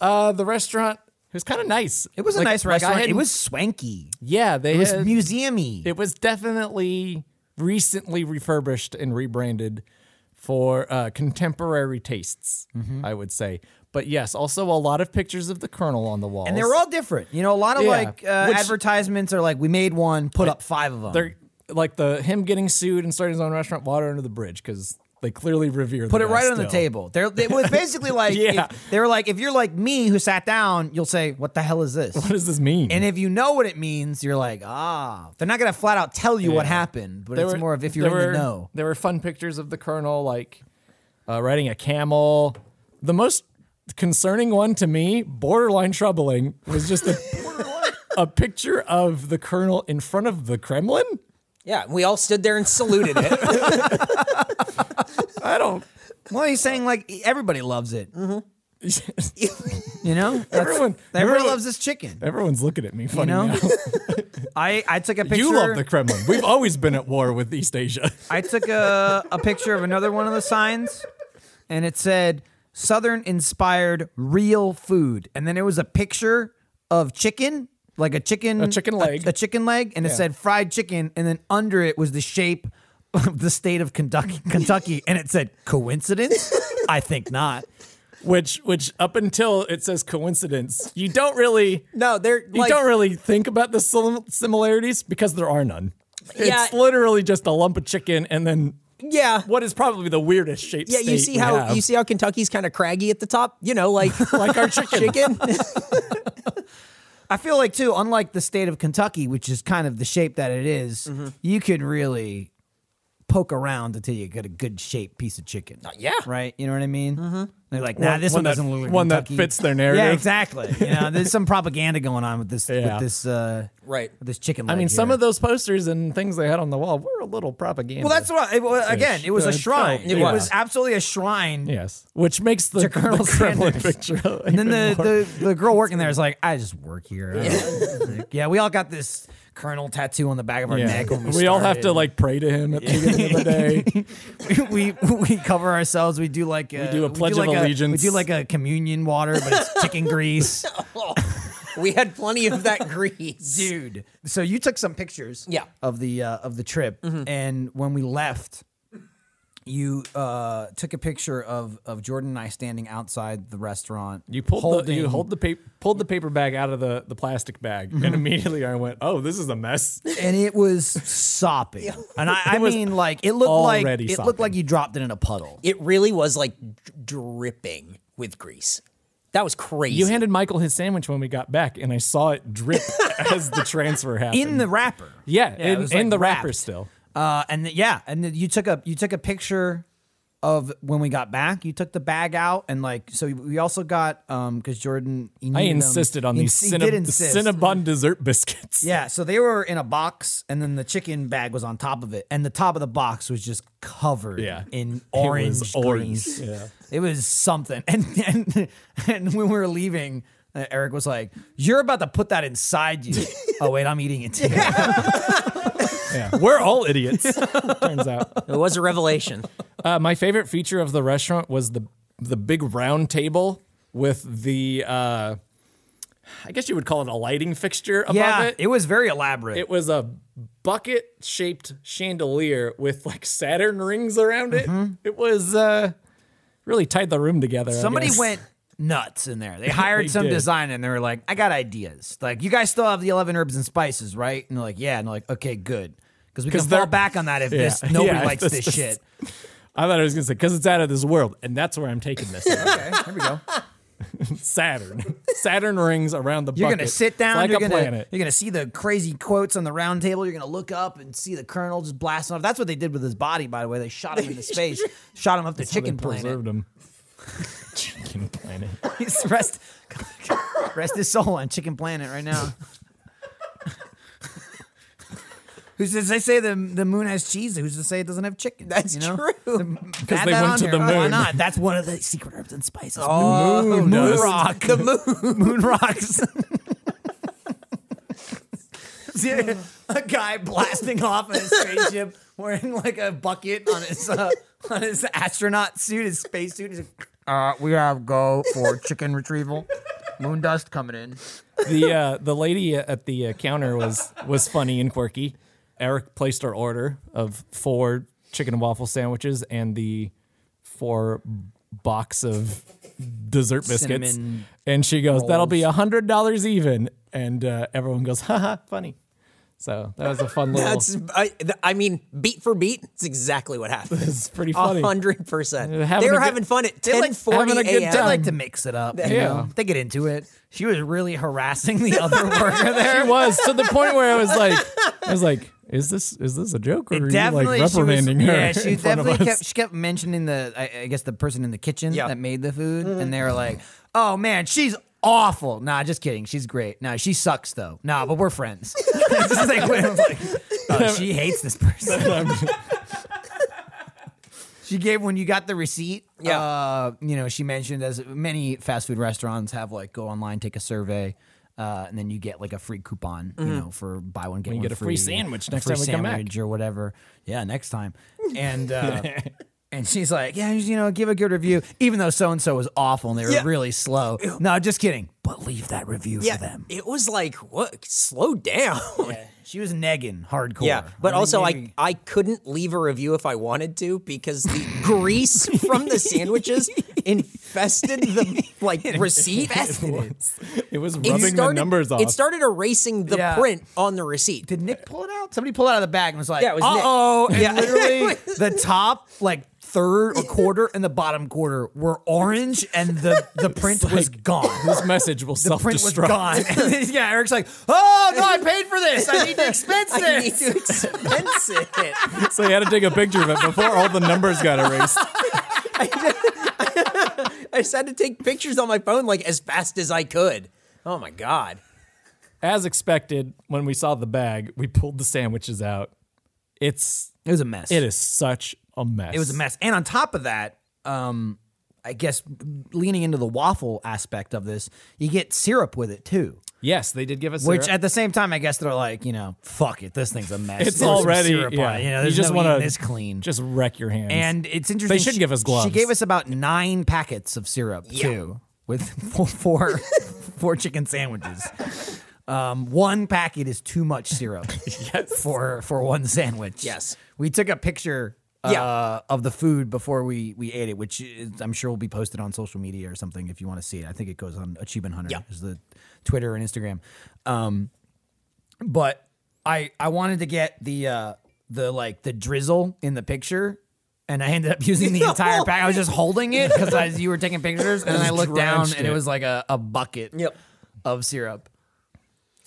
Speaker 3: Uh, the restaurant it was kind of nice.
Speaker 2: It was a
Speaker 3: Like-
Speaker 2: nice
Speaker 3: like I
Speaker 2: restaurant. it
Speaker 3: hadn't-
Speaker 2: was swanky.
Speaker 3: yeah. They
Speaker 2: It was
Speaker 3: had-
Speaker 2: museumy.
Speaker 3: Uh, It was definitely recently refurbished and rebranded for uh, contemporary tastes,
Speaker 2: Mm-hmm.
Speaker 3: I would say. But yes, also a lot of pictures of the Colonel on the walls.
Speaker 2: And they were all different. You know, a lot of
Speaker 3: Yeah.
Speaker 2: like uh,
Speaker 3: Which-
Speaker 2: advertisements are like, we made one, put up five of them.
Speaker 3: They're- like the him getting sued and starting his own restaurant, water under the bridge, because they clearly revere.
Speaker 2: put
Speaker 3: the
Speaker 2: it
Speaker 3: guy
Speaker 2: right on the
Speaker 3: still.
Speaker 2: table. They're, it was basically like,
Speaker 3: Yeah.
Speaker 2: if, they were like, if you're like me who sat down, you'll say, what the hell is this?
Speaker 3: What does this mean?
Speaker 2: And if you know what it means, you're like, ah. They're not going to flat out tell you what
Speaker 3: Yeah.
Speaker 2: happened, but
Speaker 3: There
Speaker 2: it's
Speaker 3: were-
Speaker 2: more of if you're
Speaker 3: there
Speaker 2: in
Speaker 3: were-
Speaker 2: the know.
Speaker 3: There were fun pictures of the colonel, like uh, riding a camel. The most concerning one to me, borderline troubling, was just a, a picture of the colonel in front of the Kremlin.
Speaker 1: yeah, we all stood there and saluted it.
Speaker 3: I don't. Mm-hmm.
Speaker 2: Well, he's saying like everybody loves it. You know, That's-
Speaker 3: Everyone-
Speaker 2: everyone
Speaker 3: everyone-
Speaker 2: loves this chicken.
Speaker 3: Everyone's looking at me funny
Speaker 2: know?
Speaker 3: now.
Speaker 2: I I took a picture.
Speaker 3: You love the Kremlin. We've always been at war with East Asia.
Speaker 2: I took a, a picture of another one of the signs, and it said "Southern inspired real food," and then it was a picture of chicken, like a chicken,
Speaker 3: A chicken leg.
Speaker 2: a, chicken leg, and it said fried chicken, and then under it was the shape of the state of Kentucky, Kentucky, and it said coincidence. I think not.
Speaker 3: Which which up until it says coincidence, you don't really
Speaker 1: No, they're
Speaker 3: you
Speaker 1: like,
Speaker 3: don't really think about the sim- similarities because there are none.
Speaker 1: Yeah.
Speaker 3: It's literally just a lump of chicken and then
Speaker 1: yeah.
Speaker 3: what is probably the weirdest shape.
Speaker 1: Yeah, you
Speaker 3: state
Speaker 1: see
Speaker 3: we
Speaker 1: how
Speaker 3: have.
Speaker 1: you see how Kentucky's kind of craggy at the top, you know, like like our chicken.
Speaker 2: I feel like too, unlike the state of Kentucky, which is kind of the shape that it is,
Speaker 3: Mm-hmm.
Speaker 2: you can really poke around until you get a good shaped piece of chicken.
Speaker 1: yeah.
Speaker 2: right. You know what I mean? Mm-hmm. They're like, nah, this one,
Speaker 3: Uh, one that-
Speaker 2: doesn't look like
Speaker 3: one that
Speaker 2: Kentucky.
Speaker 3: fits their narrative.
Speaker 2: Yeah, exactly. You know, there's some propaganda going on with this
Speaker 3: Yeah.
Speaker 2: with this uh,
Speaker 1: Right.
Speaker 2: with this chicken.
Speaker 3: I
Speaker 2: leg
Speaker 3: mean, some
Speaker 2: here.
Speaker 3: of those posters and things they had on the wall were a little propaganda.
Speaker 2: well, that's what. It, well, again, it was a
Speaker 3: It
Speaker 2: shrine.
Speaker 3: felt-
Speaker 2: It
Speaker 1: yeah.
Speaker 2: was absolutely a shrine.
Speaker 3: yes, which makes the,
Speaker 2: To Colonel
Speaker 3: the Kremlin
Speaker 2: Sanders.
Speaker 3: picture.
Speaker 2: And then the, the, the girl working there is like, I just work here. I don't know." Like, yeah, we all got this colonel tattoo on the back of our neck. When we,
Speaker 3: we all have
Speaker 2: started.
Speaker 3: to like pray to him at the beginning of the day.
Speaker 2: we we cover ourselves. We do like a, we
Speaker 3: do a Pledge of
Speaker 2: like
Speaker 3: Allegiance.
Speaker 2: we do like a communion water, but it's chicken grease,
Speaker 1: Oh, we had plenty of that grease.
Speaker 2: dude. So you took some pictures,
Speaker 1: Yeah.
Speaker 2: of the uh, of the trip,
Speaker 3: Mm-hmm.
Speaker 2: and when we left, you uh, took a picture of of Jordan and I standing outside the restaurant.
Speaker 3: You pulled the
Speaker 2: holding-
Speaker 3: you hold the paper pulled the paper bag out of the, the plastic bag, and immediately I went, "Oh, this is a mess."
Speaker 2: and it was sopping, and I, I
Speaker 3: was
Speaker 2: mean, like it looked like
Speaker 3: already
Speaker 2: it looked
Speaker 3: sopping.
Speaker 2: like you dropped it in a puddle.
Speaker 1: It really was like d- dripping with grease. That was crazy.
Speaker 3: You handed Michael his sandwich when we got back, and I saw it drip as the transfer happened.
Speaker 2: in the wrapper.
Speaker 3: Yeah,
Speaker 2: it
Speaker 3: in-
Speaker 2: was,
Speaker 3: in the wrapper
Speaker 2: wrapped.
Speaker 3: still.
Speaker 2: Uh, and th- yeah, and th- you took a you took a picture of when we got back. You took the bag out and like so we also got um because Jordan he
Speaker 3: I
Speaker 2: needed them.
Speaker 3: insisted on
Speaker 2: He
Speaker 3: these
Speaker 2: ins- he
Speaker 3: Cinnab-
Speaker 2: did insist.
Speaker 3: Cinnabon dessert biscuits.
Speaker 2: Yeah, so they were in a box, and then the chicken bag was on top of it, and the top of the box was just covered
Speaker 3: Yeah.
Speaker 2: in
Speaker 3: It was
Speaker 2: orange
Speaker 3: orange,
Speaker 2: grease.
Speaker 3: yeah.
Speaker 2: It was something. And and, and when we were leaving, uh, Eric was like, "You're about to put that inside you." oh wait, I'm eating it too.
Speaker 3: Yeah. We're all idiots. turns out,
Speaker 1: It was a revelation.
Speaker 3: uh, my favorite feature of the restaurant was the the big round table with the. Uh, I guess you would call it a lighting fixture above
Speaker 2: yeah,
Speaker 3: it.
Speaker 2: was very elaborate.
Speaker 3: It was a bucket shaped chandelier with like Saturn rings around it.
Speaker 2: Mm-hmm.
Speaker 3: It was uh really tied the room together. I
Speaker 2: Somebody
Speaker 3: guess.
Speaker 2: went nuts in there. They hired
Speaker 3: They
Speaker 2: some
Speaker 3: did.
Speaker 2: designer and they were like, I got ideas. Like, you guys still have the 11 herbs and spices, right? And they're like, yeah. And they're like, okay, good. Because we can
Speaker 3: 'Cause
Speaker 2: fall
Speaker 3: they're-
Speaker 2: back on that if this
Speaker 3: Yeah.
Speaker 2: nobody
Speaker 3: Yeah,
Speaker 2: likes
Speaker 3: this-
Speaker 2: this,
Speaker 3: this-
Speaker 2: shit.
Speaker 3: I thought I was gonna say because it's out of this world, and that's where I'm taking this.
Speaker 2: Okay, here we go.
Speaker 3: Saturn, Saturn rings around the.
Speaker 2: You're
Speaker 3: bucket.
Speaker 2: gonna sit down.
Speaker 3: It's like
Speaker 2: you're
Speaker 3: a
Speaker 2: gonna,
Speaker 3: planet.
Speaker 2: You're gonna see the crazy quotes on the round table. You're gonna look up and see the colonel just blasting off. That's what they did with his body, by the way. They shot him into space, shot him up the chicken
Speaker 3: They
Speaker 2: planet.
Speaker 3: preserved 'em. Chicken planet.
Speaker 2: He's rest, rest his soul on Chicken Planet right now. Who's to they say the the moon has cheese? Who's to say it doesn't have chicken?
Speaker 1: That's
Speaker 2: you know?
Speaker 1: true.
Speaker 2: Because
Speaker 3: they went to the
Speaker 2: Why
Speaker 3: moon.
Speaker 2: not? That's one of the secret herbs and spices.
Speaker 1: Oh,
Speaker 2: moon, moon
Speaker 3: dust.
Speaker 2: rock.
Speaker 1: The moon.
Speaker 2: moon rocks. See a, a guy blasting off in a spaceship wearing like a bucket on his uh, on his astronaut suit, his space suit. He's like, uh, we have go for chicken retrieval. Moon dust coming in.
Speaker 3: the uh, the lady at the uh, counter was was funny and quirky. Eric placed our order of four chicken and waffle sandwiches and the four box of dessert biscuits.
Speaker 2: Cinnamon
Speaker 3: and she goes, "That'll be a hundred dollars even." And uh, everyone goes, "Haha, funny." So that was a fun little.
Speaker 1: That's I, th- I mean, beat for beat, it's exactly what happened.
Speaker 3: it's pretty funny.
Speaker 1: hundred percent. They
Speaker 3: They're having a
Speaker 1: were
Speaker 3: good-
Speaker 1: having fun at
Speaker 2: like
Speaker 1: ten forty
Speaker 3: having a good
Speaker 1: a.m.
Speaker 2: They
Speaker 3: time.
Speaker 2: like to mix it up. You
Speaker 3: Yeah.
Speaker 2: know? They get into it. She was really harassing the other worker there.
Speaker 3: It was to the point where I was like, I was like, "Is this is this a joke or are you like
Speaker 2: she was-
Speaker 3: reprimanding her?"
Speaker 2: Yeah, she
Speaker 3: in front of
Speaker 2: definitely
Speaker 3: us?
Speaker 2: kept she kept mentioning the I, I guess the person in the kitchen
Speaker 1: Yeah. Mm-hmm.
Speaker 2: that made the food, and they were like, "Oh man, she's awful." Nah, just kidding. She's great. Nah, she sucks though. Nah, but we're friends. It's just like, when I was like, "Oh, she hates this person. she gave when you got the receipt.
Speaker 1: Yeah.
Speaker 2: Uh, you know, she mentioned as many fast food restaurants have like go online, take a survey. Uh, and then you get like a free coupon, you
Speaker 1: Mm-hmm.
Speaker 2: know, for buy one get
Speaker 3: you
Speaker 2: one
Speaker 3: get a free sandwich next
Speaker 2: free
Speaker 3: time we come back.
Speaker 2: sandwich or whatever. Yeah, next time. And uh, and she's like, yeah, you know, give a good review, even though so and so was awful and they were
Speaker 1: Yeah.
Speaker 2: really slow. No, just kidding. But leave that review
Speaker 1: yeah,
Speaker 2: for them.
Speaker 1: it was like, what? Slow down.
Speaker 2: She was negging hardcore.
Speaker 1: Yeah, but
Speaker 2: I mean,
Speaker 1: also
Speaker 2: maybe-
Speaker 1: I I couldn't leave a review if I wanted to because the grease from the sandwiches infested the like receipt.
Speaker 3: It was
Speaker 1: It
Speaker 3: rubbing the numbers off.
Speaker 1: It started erasing the
Speaker 2: Yeah.
Speaker 1: print on the receipt.
Speaker 2: Did Nick pull it out? Somebody pulled it out of the bag and was like,
Speaker 1: uh, Yeah, it was
Speaker 2: uh
Speaker 1: Nick.
Speaker 2: oh. And
Speaker 1: Yeah.
Speaker 2: literally the top, like third or quarter and the bottom quarter were orange and the, the print was gone.
Speaker 3: this message will
Speaker 2: The
Speaker 3: self
Speaker 2: print was
Speaker 3: destruct.
Speaker 2: gone. And then, yeah, Eric's like, oh no, I paid for this. I need to expense this.
Speaker 1: I need to expense it.
Speaker 3: So you had to take a picture of it before all the numbers got erased.
Speaker 1: I just had to take pictures on my phone like as fast as I could. Oh my god.
Speaker 3: As expected, when we saw the bag, we pulled the sandwiches out. It's
Speaker 2: It was a mess.
Speaker 3: it is such a mess.
Speaker 2: It was a mess. And on top of that, um, I guess leaning into the waffle aspect of this, you get syrup with it too.
Speaker 3: Yes, they did give us
Speaker 2: Which
Speaker 3: syrup.
Speaker 2: at the same time, I guess they're like, you know, fuck it, this thing's a mess.
Speaker 3: it's
Speaker 2: There's some
Speaker 3: already
Speaker 2: syrup on
Speaker 3: yeah.
Speaker 2: it. You know,
Speaker 3: you
Speaker 2: there's
Speaker 3: just
Speaker 2: no
Speaker 3: wanna
Speaker 2: eating this clean.
Speaker 3: Just wreck your hands.
Speaker 2: and it's interesting.
Speaker 3: should
Speaker 2: she-
Speaker 3: give us gloves.
Speaker 2: She gave us about nine packets of syrup too, with four four, four chicken sandwiches. Um, one packet is too much syrup for for one sandwich.
Speaker 1: Yes.
Speaker 2: we took a picture. Uh,
Speaker 1: Yeah.
Speaker 2: of the food before we we ate it, which is, I'm sure will be posted on social media or something if you want to see it. I think it goes on Achievement Hunter,
Speaker 1: Yeah.
Speaker 2: is the Twitter and Instagram. Um, but I I wanted to get the uh the like the drizzle in the picture. And I ended up using the entire pack. I was just holding it because you were taking pictures, and I looked down,
Speaker 3: drenched
Speaker 2: and it
Speaker 3: it.
Speaker 2: was like a, a bucket
Speaker 1: Yep.
Speaker 2: of syrup.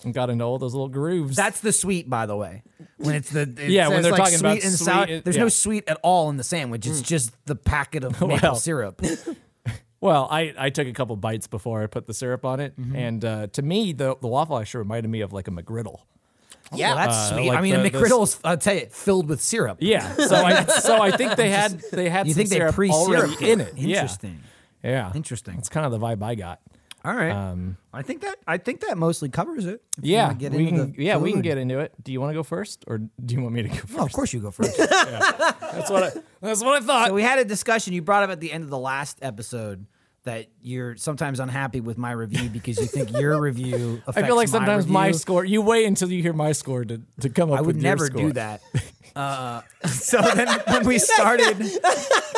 Speaker 3: And got into all those little grooves.
Speaker 2: That's the sweet, by the way. When it's the it
Speaker 3: Yeah, when
Speaker 2: says,
Speaker 3: they're
Speaker 2: like,
Speaker 3: talking
Speaker 2: sweet
Speaker 3: about
Speaker 2: and
Speaker 3: sweet,
Speaker 2: sour,
Speaker 3: it-
Speaker 2: there's
Speaker 3: yeah.
Speaker 2: no sweet at all in the sandwich. It's just the packet of maple
Speaker 3: Well.
Speaker 2: syrup.
Speaker 3: well, I, I took a couple bites before I put the syrup on it,
Speaker 2: Mm-hmm.
Speaker 3: and uh, to me, the the waffle actually reminded me of like a McGriddle.
Speaker 1: Yeah.
Speaker 2: Well, that's
Speaker 3: Uh,
Speaker 2: sweet.
Speaker 3: like
Speaker 2: I mean,
Speaker 3: the-
Speaker 2: a
Speaker 3: the-
Speaker 2: McGriddle's. I'll tell you, filled with syrup.
Speaker 3: Yeah, so I so I think they had they had
Speaker 2: You
Speaker 3: some
Speaker 2: think they
Speaker 3: syrup already
Speaker 2: pre-syrup
Speaker 3: in it. Yeah.
Speaker 2: Interesting.
Speaker 3: Yeah.
Speaker 2: Interesting.
Speaker 3: That's kind of the vibe I got.
Speaker 2: All right. I think that I think that mostly covers it. If you
Speaker 3: Yeah,
Speaker 2: wanna get
Speaker 3: we
Speaker 2: into
Speaker 3: can,
Speaker 2: the
Speaker 3: yeah, we can
Speaker 2: food.
Speaker 3: get into it. Do you want to go first, or do you want me to go first?
Speaker 2: Oh, of course you go first.
Speaker 3: That's what I, that's what I thought.
Speaker 2: so we had a discussion you brought up at the end of the last episode that you're sometimes unhappy with my review because you think your review affects
Speaker 3: I feel like
Speaker 2: my
Speaker 3: sometimes my,
Speaker 2: review.
Speaker 3: score. You wait until you hear my score to, to come up.
Speaker 2: I would
Speaker 3: with
Speaker 2: never
Speaker 3: your score.
Speaker 2: do that. Uh, so then when we started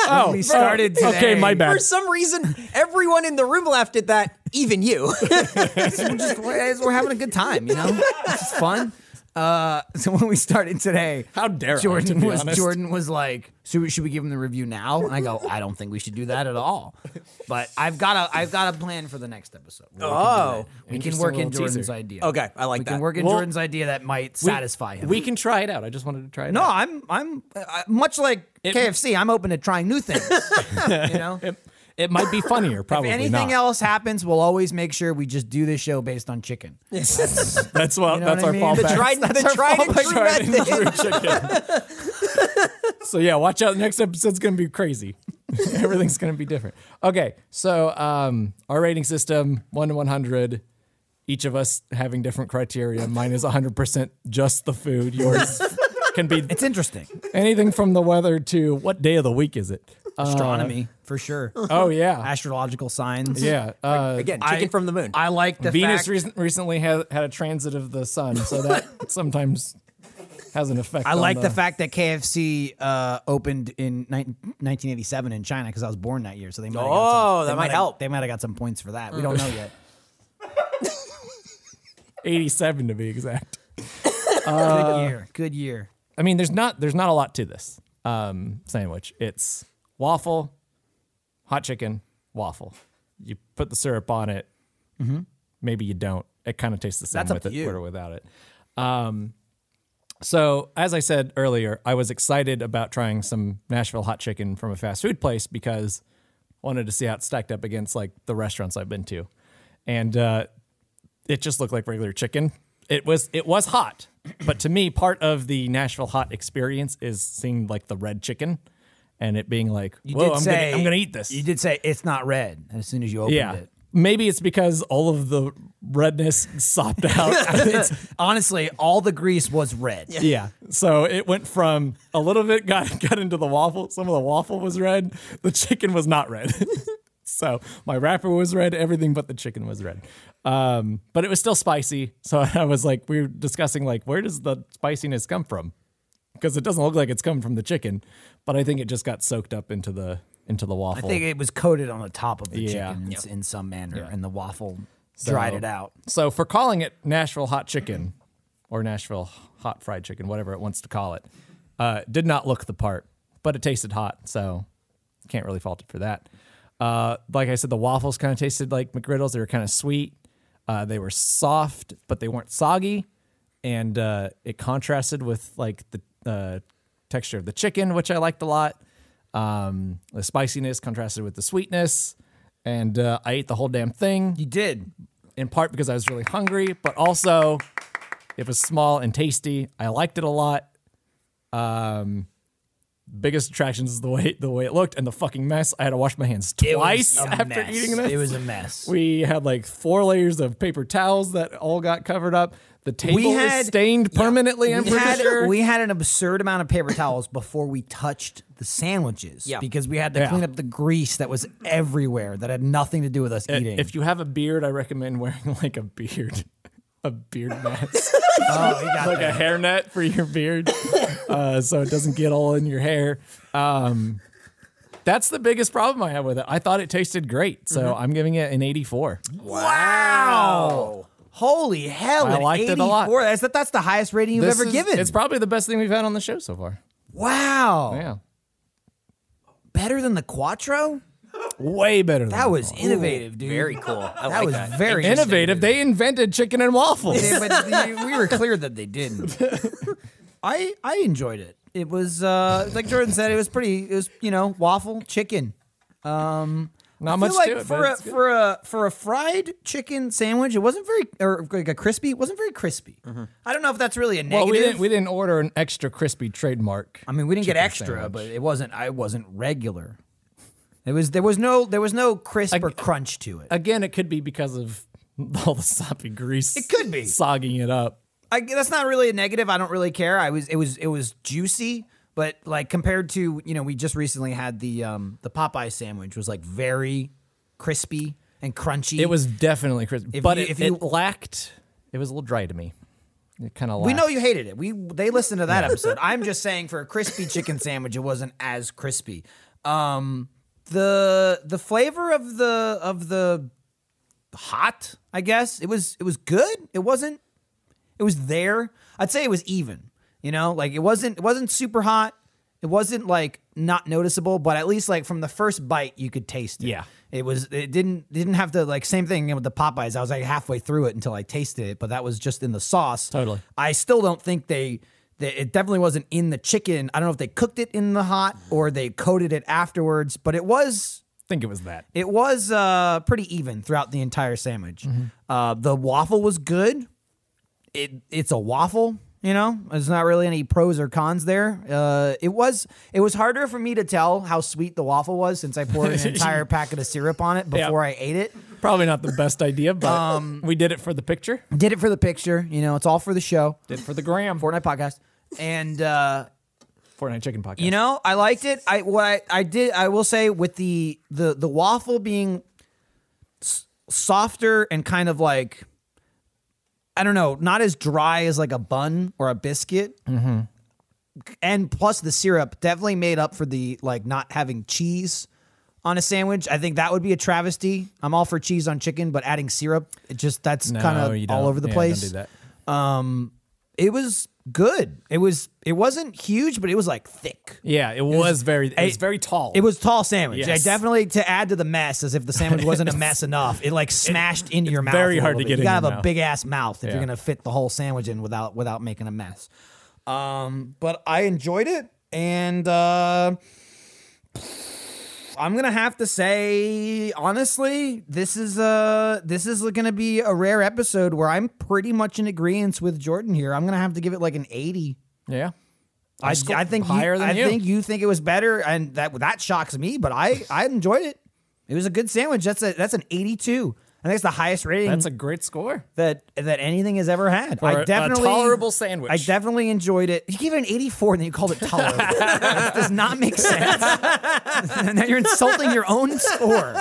Speaker 2: oh, we started
Speaker 3: oh,
Speaker 2: today,
Speaker 3: okay, my bad.
Speaker 1: For some reason, everyone in the room laughed at that, even you.
Speaker 2: we're just we're, we're having a good time, you know? It's just fun. Uh, so when we started today,
Speaker 3: How dare I,
Speaker 2: Jordan
Speaker 3: to be
Speaker 2: was
Speaker 3: honest.
Speaker 2: Jordan was like, should we, should we give him the review now? And I go, I don't think we should do that at all. But I've got a I've got a plan for the next episode. where we can do
Speaker 1: Oh.
Speaker 2: that. we can
Speaker 3: Interesting
Speaker 2: work in
Speaker 3: little
Speaker 2: Jordan's
Speaker 3: teaser.
Speaker 2: idea.
Speaker 1: Okay, I like
Speaker 2: we can
Speaker 1: that.
Speaker 2: work in
Speaker 3: Ah. Well,
Speaker 2: Jordan's idea that might
Speaker 3: We-
Speaker 2: satisfy him.
Speaker 3: We can try it out. I just wanted to try it.
Speaker 2: no,
Speaker 3: out.
Speaker 2: I'm I'm uh, much like
Speaker 3: It-
Speaker 2: KFC. I'm open to trying new things. you know,
Speaker 3: it, it might be funnier. Probably
Speaker 2: if anything
Speaker 3: not.
Speaker 2: else happens, we'll always make sure we just do this show based on chicken.
Speaker 3: That's what.
Speaker 2: You know what
Speaker 3: that's
Speaker 2: I
Speaker 3: our
Speaker 2: mean?
Speaker 3: fallback.
Speaker 1: the tried, the tried and true
Speaker 3: Tried and
Speaker 1: method.
Speaker 3: true chicken. so yeah, watch out. Next episode's gonna be crazy. Everything's gonna be different. Okay, so um, our rating system one to one hundred. Each of us having different criteria. Mine is 100% just the food. Yours can be
Speaker 2: It's interesting.
Speaker 3: anything from the weather to what day of the week is it? Uh,
Speaker 2: Astronomy for sure.
Speaker 3: oh yeah,
Speaker 2: Astrological signs.
Speaker 3: yeah. Uh,
Speaker 1: Again, chicken
Speaker 2: I-
Speaker 1: from the moon.
Speaker 2: I like the
Speaker 3: Venus
Speaker 2: fact-
Speaker 3: recent recently had, had a transit of the sun, so that sometimes has an effect.
Speaker 2: I
Speaker 3: on
Speaker 2: like the, fact that KFC uh, opened in ni- 1987 in China because I was born that year, so they might have got
Speaker 1: Oh,
Speaker 2: some-
Speaker 1: that
Speaker 2: they
Speaker 1: might
Speaker 2: have-
Speaker 1: help.
Speaker 2: They might have got some points for that. We
Speaker 3: Mm.
Speaker 2: don't know yet.
Speaker 3: 87 to be exact. Uh,
Speaker 2: good year, good year.
Speaker 3: I mean, there's not there's not a lot to this um, sandwich. It's waffle, hot chicken, waffle. You put the syrup on it. Maybe you don't. It kind of tastes the same
Speaker 2: Mm-hmm. That's up
Speaker 3: with
Speaker 2: to
Speaker 3: it
Speaker 2: you.
Speaker 3: or without it. Um, so as I said earlier, I was excited about trying some Nashville hot chicken from a fast food place because I wanted to see how it stacked up against like the restaurants I've been to, and uh, it just looked like regular chicken. It was it was hot, but to me, part of the Nashville hot experience is seeing like the red chicken, and it being like, whoa, I'm, gonna, I'm gonna eat this.
Speaker 2: You did say it's not red as soon as you opened
Speaker 3: yeah.
Speaker 2: it.
Speaker 3: Maybe it's because all of the redness sopped out. It's-
Speaker 2: Honestly, all the grease was red.
Speaker 3: yeah. So it went from a little bit got got into the waffle. Some of the waffle was red. The chicken was not red. so my wrapper was red. Everything but the chicken was red. Um, but it was still spicy. So I was like, we were discussing like, where does the spiciness come from? Because it doesn't look like it's coming from the chicken, but I think it just got soaked up into the into the
Speaker 2: I
Speaker 3: waffle.
Speaker 2: think it was coated on the top of the
Speaker 3: Yeah.
Speaker 2: chicken in, in some manner, and the waffle dried it out.
Speaker 3: So for calling it Nashville hot chicken or Nashville hot fried chicken, whatever it wants to call it, uh, it did not look the part, but it tasted hot, so can't really fault it for that. Uh, like I said, the waffles kind of tasted like McGriddles. They were kind of sweet. Uh, they were soft, but they weren't soggy, and uh, it contrasted with like the uh, texture of the chicken, which I liked a lot. Um, the spiciness contrasted with the sweetness, and uh, I ate the whole damn thing
Speaker 2: You did.
Speaker 3: in part because I was really hungry, but also it was small and tasty. I liked it a lot. Um, biggest attractions is the way the way it looked and the fucking mess. I had to wash my hands
Speaker 2: It was
Speaker 3: twice
Speaker 2: a
Speaker 3: after
Speaker 2: mess.
Speaker 3: eating this.
Speaker 2: It was a mess.
Speaker 3: we had like four layers of paper towels that all got covered up. The table
Speaker 2: had-
Speaker 3: is stained permanently. I'm
Speaker 2: we
Speaker 3: pretty
Speaker 2: had,
Speaker 3: sure.
Speaker 2: we had an absurd amount of paper towels before we touched the sandwiches
Speaker 1: Yeah.
Speaker 2: because we had to
Speaker 3: Yeah.
Speaker 2: clean up the grease that was everywhere that had nothing to do with us eating.
Speaker 3: if you have a beard, I recommend wearing like a beard, a beard mask.
Speaker 2: oh, you got
Speaker 3: like a hairnet for your beard, uh, so it doesn't get all in your hair. Um, that's the biggest problem I have with it. I thought it tasted great, so I'm giving it an 84.
Speaker 2: Wow. Holy hell.
Speaker 3: I
Speaker 2: an
Speaker 3: liked it a lot.
Speaker 2: 84. That's, that's the highest rating you've
Speaker 3: This
Speaker 2: ever
Speaker 3: is-
Speaker 2: given.
Speaker 3: It's probably the best thing we've had on the show so far.
Speaker 2: wow.
Speaker 3: Yeah,
Speaker 2: Better than the Quattro?
Speaker 3: way better. Than
Speaker 2: That was
Speaker 3: before.
Speaker 2: innovative, dude.
Speaker 1: Very cool. I
Speaker 2: That
Speaker 1: like
Speaker 2: was
Speaker 1: that.
Speaker 2: very
Speaker 3: innovative. They invented chicken and waffles.
Speaker 2: Yeah, but you- we were clear that they didn't. I I enjoyed it. It was uh, like Jordan said. It was pretty. It was you know waffle chicken.
Speaker 3: Not
Speaker 2: I
Speaker 3: much
Speaker 2: feel like
Speaker 3: to it. but
Speaker 2: for a
Speaker 3: it's good.
Speaker 2: for a for a fried chicken sandwich, it wasn't very or like a crispy. It wasn't very crispy. I don't know if that's really a
Speaker 3: Mm-hmm. well,
Speaker 2: negative.
Speaker 3: we didn't we didn't order an extra crispy trademark.
Speaker 2: I mean, we didn't get
Speaker 3: chicken
Speaker 2: extra,
Speaker 3: sandwich.
Speaker 2: but it wasn't. I wasn't regular. It was there was no there was no crisp or crunch to it.
Speaker 3: Again, it could be because of all the soppy grease. It
Speaker 2: could be.
Speaker 3: sogging it up.
Speaker 2: I, that's not really a negative. I don't really care. I was it was it was juicy, but like compared to you know we just recently had the um the Popeye sandwich was like very crispy and crunchy.
Speaker 3: It was definitely crispy,
Speaker 2: If
Speaker 3: but
Speaker 2: you-
Speaker 3: it,
Speaker 2: if you-
Speaker 3: it lacked. It was a little dry to me. It kind of
Speaker 2: We know you hated it. We they listened to that episode. I'm just saying for a crispy chicken sandwich, it wasn't as crispy. Um, the the flavor of the of the hot, I guess it was it was good. It wasn't. It was there. I'd say it was even. You know, like it wasn't it wasn't super hot. It wasn't like not noticeable, but at least like from the first bite, you could taste it.
Speaker 3: Yeah.
Speaker 2: It was it didn't didn't have to like same thing with the Popeyes. I was like halfway through it until I tasted it, but that was just in the sauce.
Speaker 3: Totally.
Speaker 2: I still don't think they, they it definitely wasn't in the chicken. I don't know if they cooked it in the hot or they coated it afterwards, but it was
Speaker 3: think it was that.
Speaker 2: it was uh, pretty even throughout the entire sandwich. Uh, the waffle was good. It it's a waffle, you know. There's not really any pros or cons there. Uh, it was it was harder for me to tell how sweet the waffle was since I poured an entire packet of syrup on it before I ate it.
Speaker 3: Probably not the best idea, but
Speaker 2: Um,
Speaker 3: we did it for the picture.
Speaker 2: Did it for the picture, you know. It's all for the show,
Speaker 3: Did it for the gram.
Speaker 2: Fortnite podcast, and. Uh,
Speaker 3: Fortnite chicken podcast.
Speaker 2: You know, I liked it. I what I, I did I will say with the the the waffle being s- softer and kind of like I don't know, not as dry as like a bun or a biscuit.
Speaker 3: Mm-hmm.
Speaker 2: And plus the syrup definitely made up for the like not having cheese on a sandwich. I think that would be a travesty. I'm all for cheese on chicken, but adding syrup, it just that's
Speaker 3: No, you
Speaker 2: kind of
Speaker 3: don't.
Speaker 2: all over the
Speaker 3: Yeah, don't
Speaker 2: place
Speaker 3: do that.
Speaker 2: it was good. It was it wasn't huge, but it was like thick.
Speaker 3: Yeah, it, was, very. It was
Speaker 2: it-
Speaker 3: very tall.
Speaker 2: It was tall sandwich.
Speaker 3: Yes.
Speaker 2: Yeah, definitely to add to the mess, as if the sandwich wasn't a mess enough. It like smashed into your mouth.
Speaker 3: very
Speaker 2: a
Speaker 3: hard
Speaker 2: little bit.
Speaker 3: to get
Speaker 2: You
Speaker 3: in
Speaker 2: gotta
Speaker 3: your
Speaker 2: have a
Speaker 3: mouth.
Speaker 2: big ass mouth if
Speaker 3: Yeah.
Speaker 2: you're gonna fit the whole sandwich in without without making a mess. Um, but I enjoyed it, and uh, I'm gonna have to say honestly, this is uh this is gonna be a rare episode where I'm pretty much in agreement with Jordan here. I'm gonna have to give it like an 80.
Speaker 3: Yeah.
Speaker 2: I,
Speaker 3: scored
Speaker 2: I think
Speaker 3: higher
Speaker 2: you,
Speaker 3: than
Speaker 2: I
Speaker 3: you.
Speaker 2: think you think it was better, and that that shocks me. But I I enjoyed it. It was a good sandwich. That's a that's an 82. I think it's the highest rating
Speaker 3: That's a great score.
Speaker 2: that that anything has ever had.
Speaker 3: a-
Speaker 2: I
Speaker 3: a
Speaker 2: definitely
Speaker 3: tolerable sandwich.
Speaker 2: I definitely enjoyed it. You gave it an 84 and then you called it tolerable. It does not make sense. and then you're insulting your own score.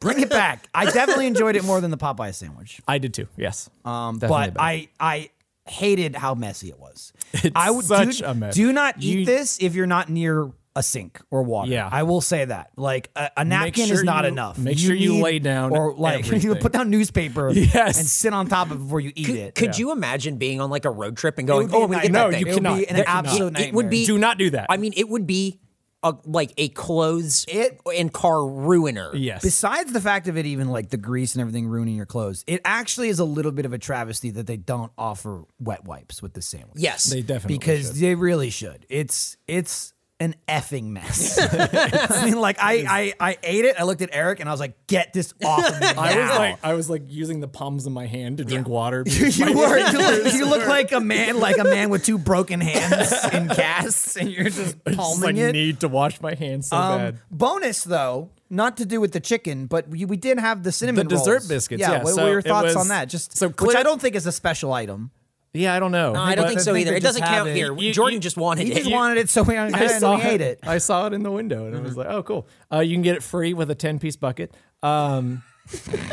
Speaker 2: Bring it back. I definitely enjoyed it more than the Popeye sandwich.
Speaker 3: I did too. Yes. Um,
Speaker 2: but I I hated how messy it was. I would
Speaker 3: such
Speaker 2: do,
Speaker 3: a mess.
Speaker 2: do not eat
Speaker 3: You-
Speaker 2: this if you're not near a sink or water.
Speaker 3: Yeah.
Speaker 2: I will say that. Like a, a napkin
Speaker 3: sure
Speaker 2: is not
Speaker 3: you-
Speaker 2: enough.
Speaker 3: make sure you lay down
Speaker 2: or like you
Speaker 3: everything.
Speaker 2: put down newspaper
Speaker 3: Yes.
Speaker 2: and sit on top of it before you eat it.
Speaker 1: Could you imagine being on like a road trip and
Speaker 2: It would
Speaker 1: going,
Speaker 2: be
Speaker 1: "Oh,
Speaker 2: a
Speaker 1: we get
Speaker 2: nightmare.
Speaker 3: No,
Speaker 1: that
Speaker 3: you
Speaker 1: thing."
Speaker 2: It would be
Speaker 3: cannot.
Speaker 2: an
Speaker 3: There-
Speaker 2: absolute
Speaker 1: It-
Speaker 2: nightmare.
Speaker 1: It would be.
Speaker 3: Do not do that.
Speaker 1: I mean, it would be a, like a clothes
Speaker 2: It-
Speaker 1: and car ruiner.
Speaker 3: yes.
Speaker 2: Besides the fact of it, even like the grease and everything ruining your clothes, it actually is a little bit of a travesty that they don't offer wet wipes with the sandwich.
Speaker 1: Yes.
Speaker 3: they definitely
Speaker 2: because
Speaker 3: should.
Speaker 2: they really should. It's it's an effing mess. I mean, like I, I I ate it. I looked at Eric and I was like, "Get this off of me!"
Speaker 3: I was
Speaker 2: now."
Speaker 3: like I was like using the palms of my hand to drink water.
Speaker 2: you were you look, you look like a man, like a man with two broken hands in casts, and you're just
Speaker 3: I just
Speaker 2: palming
Speaker 3: like
Speaker 2: it.
Speaker 3: need to wash my hands so
Speaker 2: Um,
Speaker 3: bad.
Speaker 2: bonus though, not to do with the chicken, but we, we did have the
Speaker 3: The
Speaker 2: cinnamon
Speaker 3: dessert
Speaker 2: rolls.
Speaker 3: biscuits.
Speaker 2: Yeah,
Speaker 3: Yeah.
Speaker 2: what
Speaker 3: so
Speaker 2: were your
Speaker 3: it
Speaker 2: thoughts
Speaker 3: was-
Speaker 2: on that? Just
Speaker 3: so
Speaker 2: which I
Speaker 3: clear-
Speaker 2: don't think is a special item.
Speaker 3: Yeah, I don't know.
Speaker 1: I don't
Speaker 3: But-
Speaker 1: think so
Speaker 2: think
Speaker 1: either.
Speaker 2: they
Speaker 1: It doesn't
Speaker 2: just have
Speaker 1: count
Speaker 2: it.
Speaker 1: here.
Speaker 3: You-
Speaker 1: Jordan
Speaker 3: you-
Speaker 1: just wanted
Speaker 2: He
Speaker 1: it.
Speaker 2: just wanted it, so we and
Speaker 3: I saw
Speaker 2: we ate it.
Speaker 3: I saw it in the window, and I was like, "Oh, cool! Uh, you can get it free with a ten-piece bucket." Um,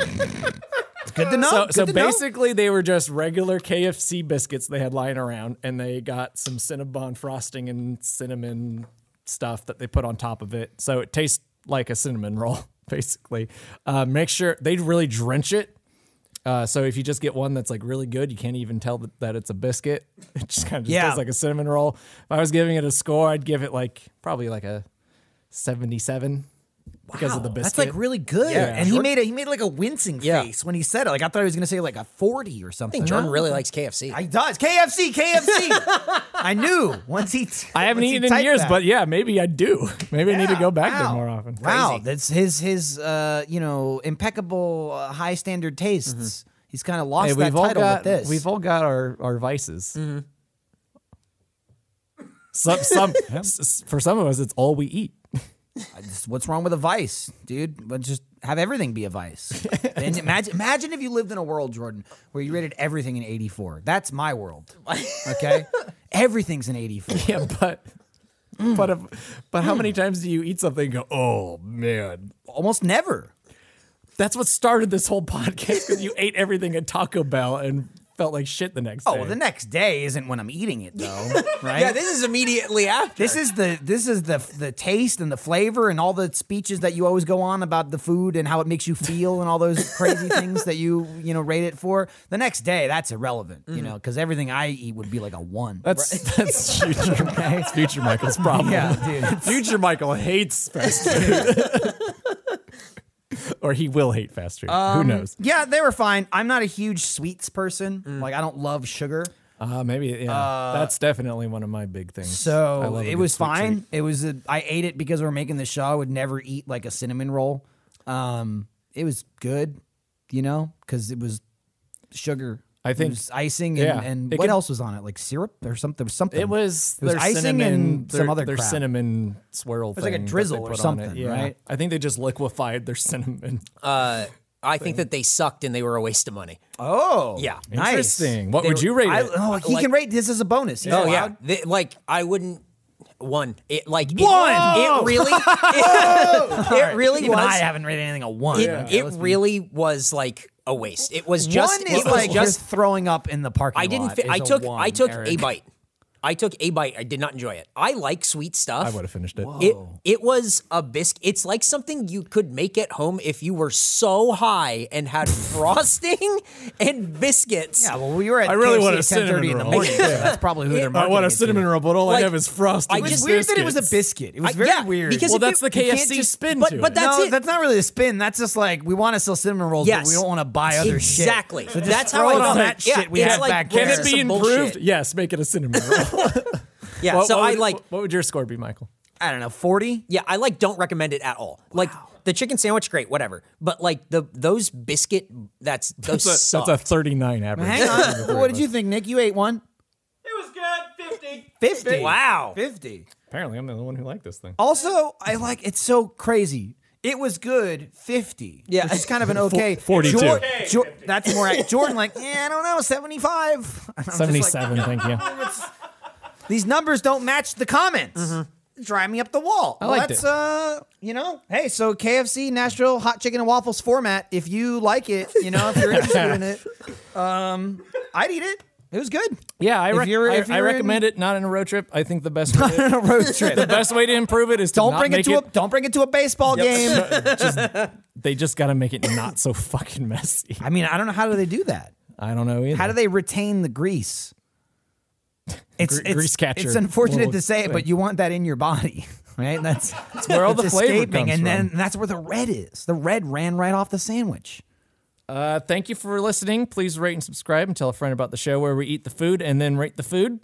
Speaker 2: It's good to know.
Speaker 3: so,
Speaker 2: good
Speaker 3: so
Speaker 2: to know.
Speaker 3: basically, they were just regular KFC biscuits they had lying around, and they got some Cinnabon frosting and cinnamon stuff that they put on top of it. So it tastes like a cinnamon roll, basically. Uh, make sure they really drench it. Uh, so if you just get one that's like really good, you can't even tell that, that it's a biscuit. It just kind of just
Speaker 2: Yeah.
Speaker 3: tastes like a cinnamon roll. If I was giving it a score, I'd give it like probably like a seventy-seven because of the
Speaker 2: Wow,
Speaker 3: biscuit.
Speaker 2: That's like really good.
Speaker 3: Yeah.
Speaker 2: and he made a he made like a wincing
Speaker 1: Yeah.
Speaker 2: face when he said it. Like I thought he was gonna say like a forty or
Speaker 1: I
Speaker 2: something.
Speaker 1: think Jordan
Speaker 2: No.
Speaker 1: really likes KFC.
Speaker 2: I does KFC KFC. I knew once he.
Speaker 3: I haven't
Speaker 2: once he
Speaker 3: eaten in
Speaker 2: typed
Speaker 3: years,
Speaker 2: that.
Speaker 3: but yeah, maybe I do. Maybe I need to
Speaker 2: Yeah,
Speaker 3: go back there
Speaker 2: wow.
Speaker 3: more often.
Speaker 2: Wow,
Speaker 1: Crazy.
Speaker 2: that's his his uh, you know impeccable uh, high standard tastes. He's kind of lost
Speaker 3: Mm-hmm. Hey,
Speaker 2: that
Speaker 3: we've all
Speaker 2: title
Speaker 3: got
Speaker 2: with this.
Speaker 3: we've all got our our vices. Mm-hmm. Some some s- s- for some of us, it's all we eat.
Speaker 2: Just- What's wrong with a vice, dude? But just have everything be a vice. and imagine imagine if you lived in a world, Jordan, where you rated everything an eighty four. That's my world. Okay, everything's an eighty four.
Speaker 3: Yeah, but
Speaker 2: Mm.
Speaker 3: but if, but how many times do you eat something? and go, oh man,
Speaker 2: Almost never.
Speaker 3: that's what started this whole podcast because you ate everything at Taco Bell and felt like shit the next
Speaker 2: Oh,
Speaker 3: day.
Speaker 2: well, the next day isn't when I'm eating it though, right?
Speaker 1: yeah, this is immediately after.
Speaker 2: This is the this is the the taste and the flavor and all the speeches that you always go on about the food and how it makes you feel and all those crazy things that you you know rate it for. The next day, that's irrelevant, you know, because everything I eat would be like a one.
Speaker 3: that's that's future. That's future Michael's problem.
Speaker 2: yeah, dude.
Speaker 3: Future Michael hates fast food. or he will hate fast food. Who knows?
Speaker 2: Yeah, they were fine. I'm not a huge sweets person.
Speaker 3: Mm.
Speaker 2: Like I don't love sugar,
Speaker 3: Uh, maybe yeah. That's definitely one of my big things. I
Speaker 2: so
Speaker 3: love a
Speaker 2: it
Speaker 3: good
Speaker 2: was
Speaker 3: sweet treat.
Speaker 2: fine. It was a, I ate it because we were making the show. I would never eat like a cinnamon roll. Um, it was good, you know, because it was sugar.
Speaker 3: I
Speaker 2: It
Speaker 3: think-
Speaker 2: was icing
Speaker 3: yeah.
Speaker 2: and, and
Speaker 3: It
Speaker 2: what
Speaker 3: can-
Speaker 2: else was on it? Like syrup or something? Something.
Speaker 3: It was,
Speaker 2: It was
Speaker 3: their
Speaker 2: icing
Speaker 3: cinnamon,
Speaker 2: and
Speaker 3: their,
Speaker 2: some other
Speaker 3: their
Speaker 2: crap.
Speaker 3: cinnamon swirl. It
Speaker 2: was like a drizzle or something,
Speaker 3: Yeah.
Speaker 2: right?
Speaker 3: I think they just liquefied their cinnamon.
Speaker 1: I think that they sucked and they were a waste of money.
Speaker 2: Oh,
Speaker 1: Yeah.
Speaker 2: nice.
Speaker 3: Interesting. What
Speaker 1: They
Speaker 3: would
Speaker 1: were-
Speaker 3: you rate
Speaker 2: I,
Speaker 3: it?
Speaker 2: oh, he can rate this as a bonus. He's
Speaker 1: oh yeah,
Speaker 2: allowed.
Speaker 1: They- like I wouldn't. One, it like it-
Speaker 2: One!
Speaker 1: It, really, it, it really
Speaker 2: Even
Speaker 1: was.
Speaker 2: I haven't rated anything a one.
Speaker 1: it
Speaker 2: Okay,
Speaker 1: it
Speaker 2: let's be-
Speaker 1: really was like a waste. It was just.
Speaker 2: one is
Speaker 1: it was
Speaker 2: like
Speaker 1: just.
Speaker 2: just throwing up in the parking.
Speaker 1: I didn't.
Speaker 2: lot
Speaker 1: Fi-
Speaker 2: is
Speaker 1: I
Speaker 2: a
Speaker 1: took. I
Speaker 2: one,
Speaker 1: took a
Speaker 2: Eric.
Speaker 1: bite. I took a bite. I did not enjoy it. I like sweet stuff.
Speaker 3: I would have finished it.
Speaker 1: It it was a biscuit. It's like something you could make at home if you were so high and had frosting and biscuits.
Speaker 2: Yeah, well, we were at
Speaker 3: I really
Speaker 2: KFC
Speaker 3: want a
Speaker 2: at 10:30 in the
Speaker 3: cinnamon roll.
Speaker 2: morning. so that's probably who they're
Speaker 3: I
Speaker 2: marketing.
Speaker 3: want a
Speaker 2: it to.
Speaker 3: cinnamon roll, but all I
Speaker 1: Like,
Speaker 3: have is frosting.
Speaker 1: I
Speaker 3: with
Speaker 1: just-
Speaker 2: It's weird that it was a
Speaker 3: biscuits.
Speaker 2: biscuit. It was
Speaker 1: I-
Speaker 2: very
Speaker 1: yeah,
Speaker 2: weird.
Speaker 1: because
Speaker 3: Well,
Speaker 1: if you-
Speaker 3: that's the
Speaker 1: you can't
Speaker 3: KFC
Speaker 1: just-
Speaker 3: spin
Speaker 1: But
Speaker 3: to
Speaker 1: but
Speaker 3: it.
Speaker 1: that's
Speaker 2: no,
Speaker 1: it.
Speaker 2: that's not really a spin. That's just like we want to sell cinnamon rolls,
Speaker 1: yes,
Speaker 2: but we don't want to buy other
Speaker 1: exactly.
Speaker 2: shit. So just
Speaker 1: that's
Speaker 2: throw
Speaker 1: how I
Speaker 2: it on
Speaker 1: felt.
Speaker 2: that
Speaker 1: yeah,
Speaker 2: shit we
Speaker 1: it's
Speaker 2: had
Speaker 1: like,
Speaker 2: back
Speaker 1: well,
Speaker 2: there.
Speaker 3: Can
Speaker 1: this
Speaker 3: it
Speaker 1: is
Speaker 3: be
Speaker 1: some bullshit.
Speaker 3: improved? Yes, make it a cinnamon roll.
Speaker 1: Yeah.
Speaker 3: What-
Speaker 1: so
Speaker 3: what
Speaker 1: I
Speaker 3: would-
Speaker 1: like.
Speaker 3: What would your score be, Michael?
Speaker 2: I don't know, forty.
Speaker 1: Yeah, I like don't recommend it at all. Like the chicken sandwich, great, whatever. But like the those biscuit, that's those
Speaker 3: That's a,
Speaker 1: suck.
Speaker 3: that's a 39 average.
Speaker 2: Hang on. what did you think, Nick? You ate one.
Speaker 5: It was good. 50.
Speaker 4: 50.
Speaker 1: Wow.
Speaker 4: 50.
Speaker 3: Apparently, I'm the only one who liked this
Speaker 4: Oh,
Speaker 3: thing.
Speaker 4: Also, I like it's so crazy. It was good 50.
Speaker 2: Yeah.
Speaker 4: Which is kind of an okay.
Speaker 3: 42.
Speaker 4: Jor- Jor- that's more ac- Jordan, like, yeah, I don't know, 75. And I'm just like,
Speaker 3: 77, thank you.
Speaker 4: These numbers don't match the comments. Drive me up the wall. I
Speaker 3: liked
Speaker 4: that's,
Speaker 3: it.
Speaker 4: uh, you know, hey, so KFC Nashville hot chicken and waffles format. If you like it, you know, if you're interested in it, um, I'd eat it. It was good.
Speaker 3: Yeah, I,
Speaker 4: If
Speaker 3: rec-
Speaker 4: you're-
Speaker 3: I,
Speaker 4: if
Speaker 3: I
Speaker 4: you're in-
Speaker 3: recommend it. Not in a road trip. I think the best way to,
Speaker 4: a road trip.
Speaker 3: the best way to improve it is to
Speaker 4: Don't
Speaker 3: not
Speaker 4: bring it
Speaker 3: make
Speaker 4: to a don't bring it to a baseball game.
Speaker 3: They just got to make it not so fucking messy.
Speaker 2: I mean, I don't know how do they do that?
Speaker 3: I don't know either.
Speaker 2: How do they retain the grease? It's,
Speaker 3: Gre- grease catcher.
Speaker 2: It's unfortunate
Speaker 3: Well,
Speaker 2: to say it, but you want that in your body, right? That's, that's
Speaker 3: where all the flavor
Speaker 2: escaping,
Speaker 3: comes
Speaker 2: and then
Speaker 3: from.
Speaker 2: that's where the red is. The red ran right off the sandwich.
Speaker 3: Uh, thank you for listening. Please rate and subscribe and tell a friend about the show where we eat the food and then rate the food.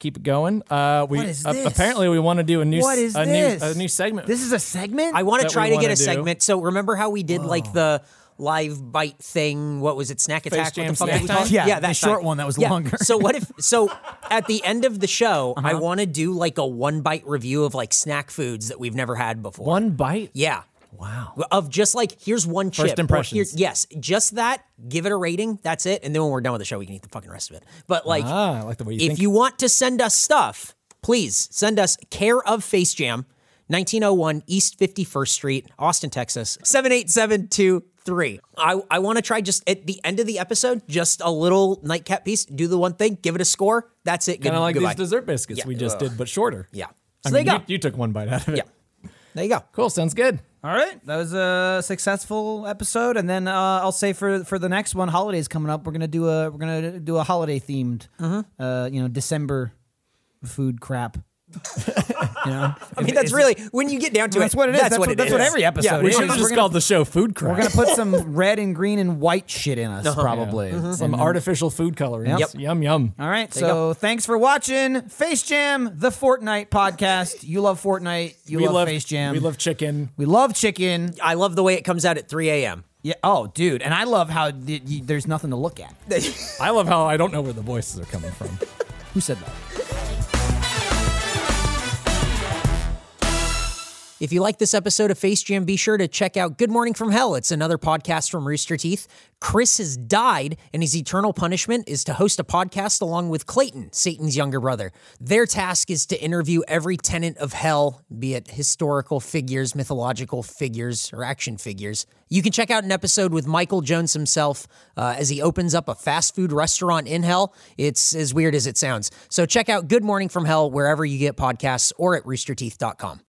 Speaker 3: Keep it going. Uh, we
Speaker 2: What is
Speaker 3: ap-
Speaker 2: this?
Speaker 3: apparently we want to do a new s-
Speaker 2: What is
Speaker 3: a
Speaker 2: this?
Speaker 3: new a new segment.
Speaker 2: This is a segment.
Speaker 1: I want to
Speaker 3: that we
Speaker 1: try to
Speaker 3: wanna
Speaker 1: get a
Speaker 3: do.
Speaker 1: segment. So remember how we did like the live bite thing? What was it? Snack attack?
Speaker 3: Jam
Speaker 1: what the fuck
Speaker 3: snack
Speaker 1: did we call it?
Speaker 3: time?
Speaker 2: Yeah, the
Speaker 1: that
Speaker 2: short
Speaker 1: time.
Speaker 2: one that was
Speaker 1: Yeah.
Speaker 2: longer.
Speaker 1: so what if? So at the end of the show, I want to do like a one bite review of like snack foods that we've never had before.
Speaker 3: One bite.
Speaker 1: Yeah.
Speaker 2: Wow.
Speaker 1: Of just like here's one chip.
Speaker 3: First
Speaker 1: or
Speaker 3: impressions.
Speaker 1: yes, just that. Give it a rating. That's it. And then when we're done with the show, we can eat the fucking rest of it. But like,
Speaker 3: Ah, I like the way you
Speaker 1: if
Speaker 3: think.
Speaker 1: you want to send us stuff, please send us care of Face Jam, 1901 East 51st Street, Austin, Texas, 78723. I, I want to try just at the end of the episode, just a little nightcap piece, do the one thing, give it a score. That's it. Good,
Speaker 3: Kind of like
Speaker 1: goodbye.
Speaker 3: these dessert biscuits
Speaker 1: Yeah.
Speaker 3: we just did, but shorter.
Speaker 1: Yeah.
Speaker 3: I
Speaker 1: So there
Speaker 3: mean,
Speaker 1: you
Speaker 3: you,
Speaker 1: go.
Speaker 3: you took one bite out of it.
Speaker 1: Yeah. There you go.
Speaker 3: Cool. Sounds good.
Speaker 2: All right, that was a successful episode, and then uh, I'll say for for the next one, holidays coming up, we're gonna do a we're gonna do a holiday themed, uh, you know, December food crap. you know,
Speaker 1: I mean, that's really when you get down to it.
Speaker 2: That's what it is.
Speaker 1: That's
Speaker 2: That's
Speaker 1: what
Speaker 2: what-
Speaker 1: it
Speaker 2: that's what
Speaker 1: is.
Speaker 2: every episode
Speaker 1: Yeah,
Speaker 2: is.
Speaker 1: we
Speaker 3: We
Speaker 2: should-
Speaker 3: should
Speaker 2: we're
Speaker 3: just
Speaker 2: gonna-
Speaker 3: called the show food crap.
Speaker 2: we're gonna put some red and green and white shit in us,
Speaker 3: Uh-huh.
Speaker 2: probably.
Speaker 3: some artificial food coloring.
Speaker 2: Yep.
Speaker 3: Yum yum.
Speaker 2: All right,
Speaker 1: you
Speaker 2: so thanks for watching Face Jam, the Fortnite podcast. You love Fortnite, you
Speaker 3: we
Speaker 2: love,
Speaker 3: love,
Speaker 2: Face Jam,
Speaker 3: We love chicken.
Speaker 2: we love chicken.
Speaker 1: I love the way it comes out at 3 a.m.
Speaker 2: Yeah. Oh, dude, and I love how th- you, there's nothing to look at.
Speaker 3: I love how I don't know where the voices are coming from.
Speaker 2: Who said that?
Speaker 1: If you like this episode of Face Jam, be sure to check out Good Morning from Hell. It's another podcast from Rooster Teeth. Chris has died, and his eternal punishment is to host a podcast along with Clayton, Satan's younger brother. Their task is to interview every tenant of hell, be it historical figures, mythological figures, or action figures. You can check out an episode with Michael Jones himself uh, as he opens up a fast food restaurant in hell. It's as weird as it sounds. So check out Good Morning from Hell wherever you get podcasts or at roosterteeth.com.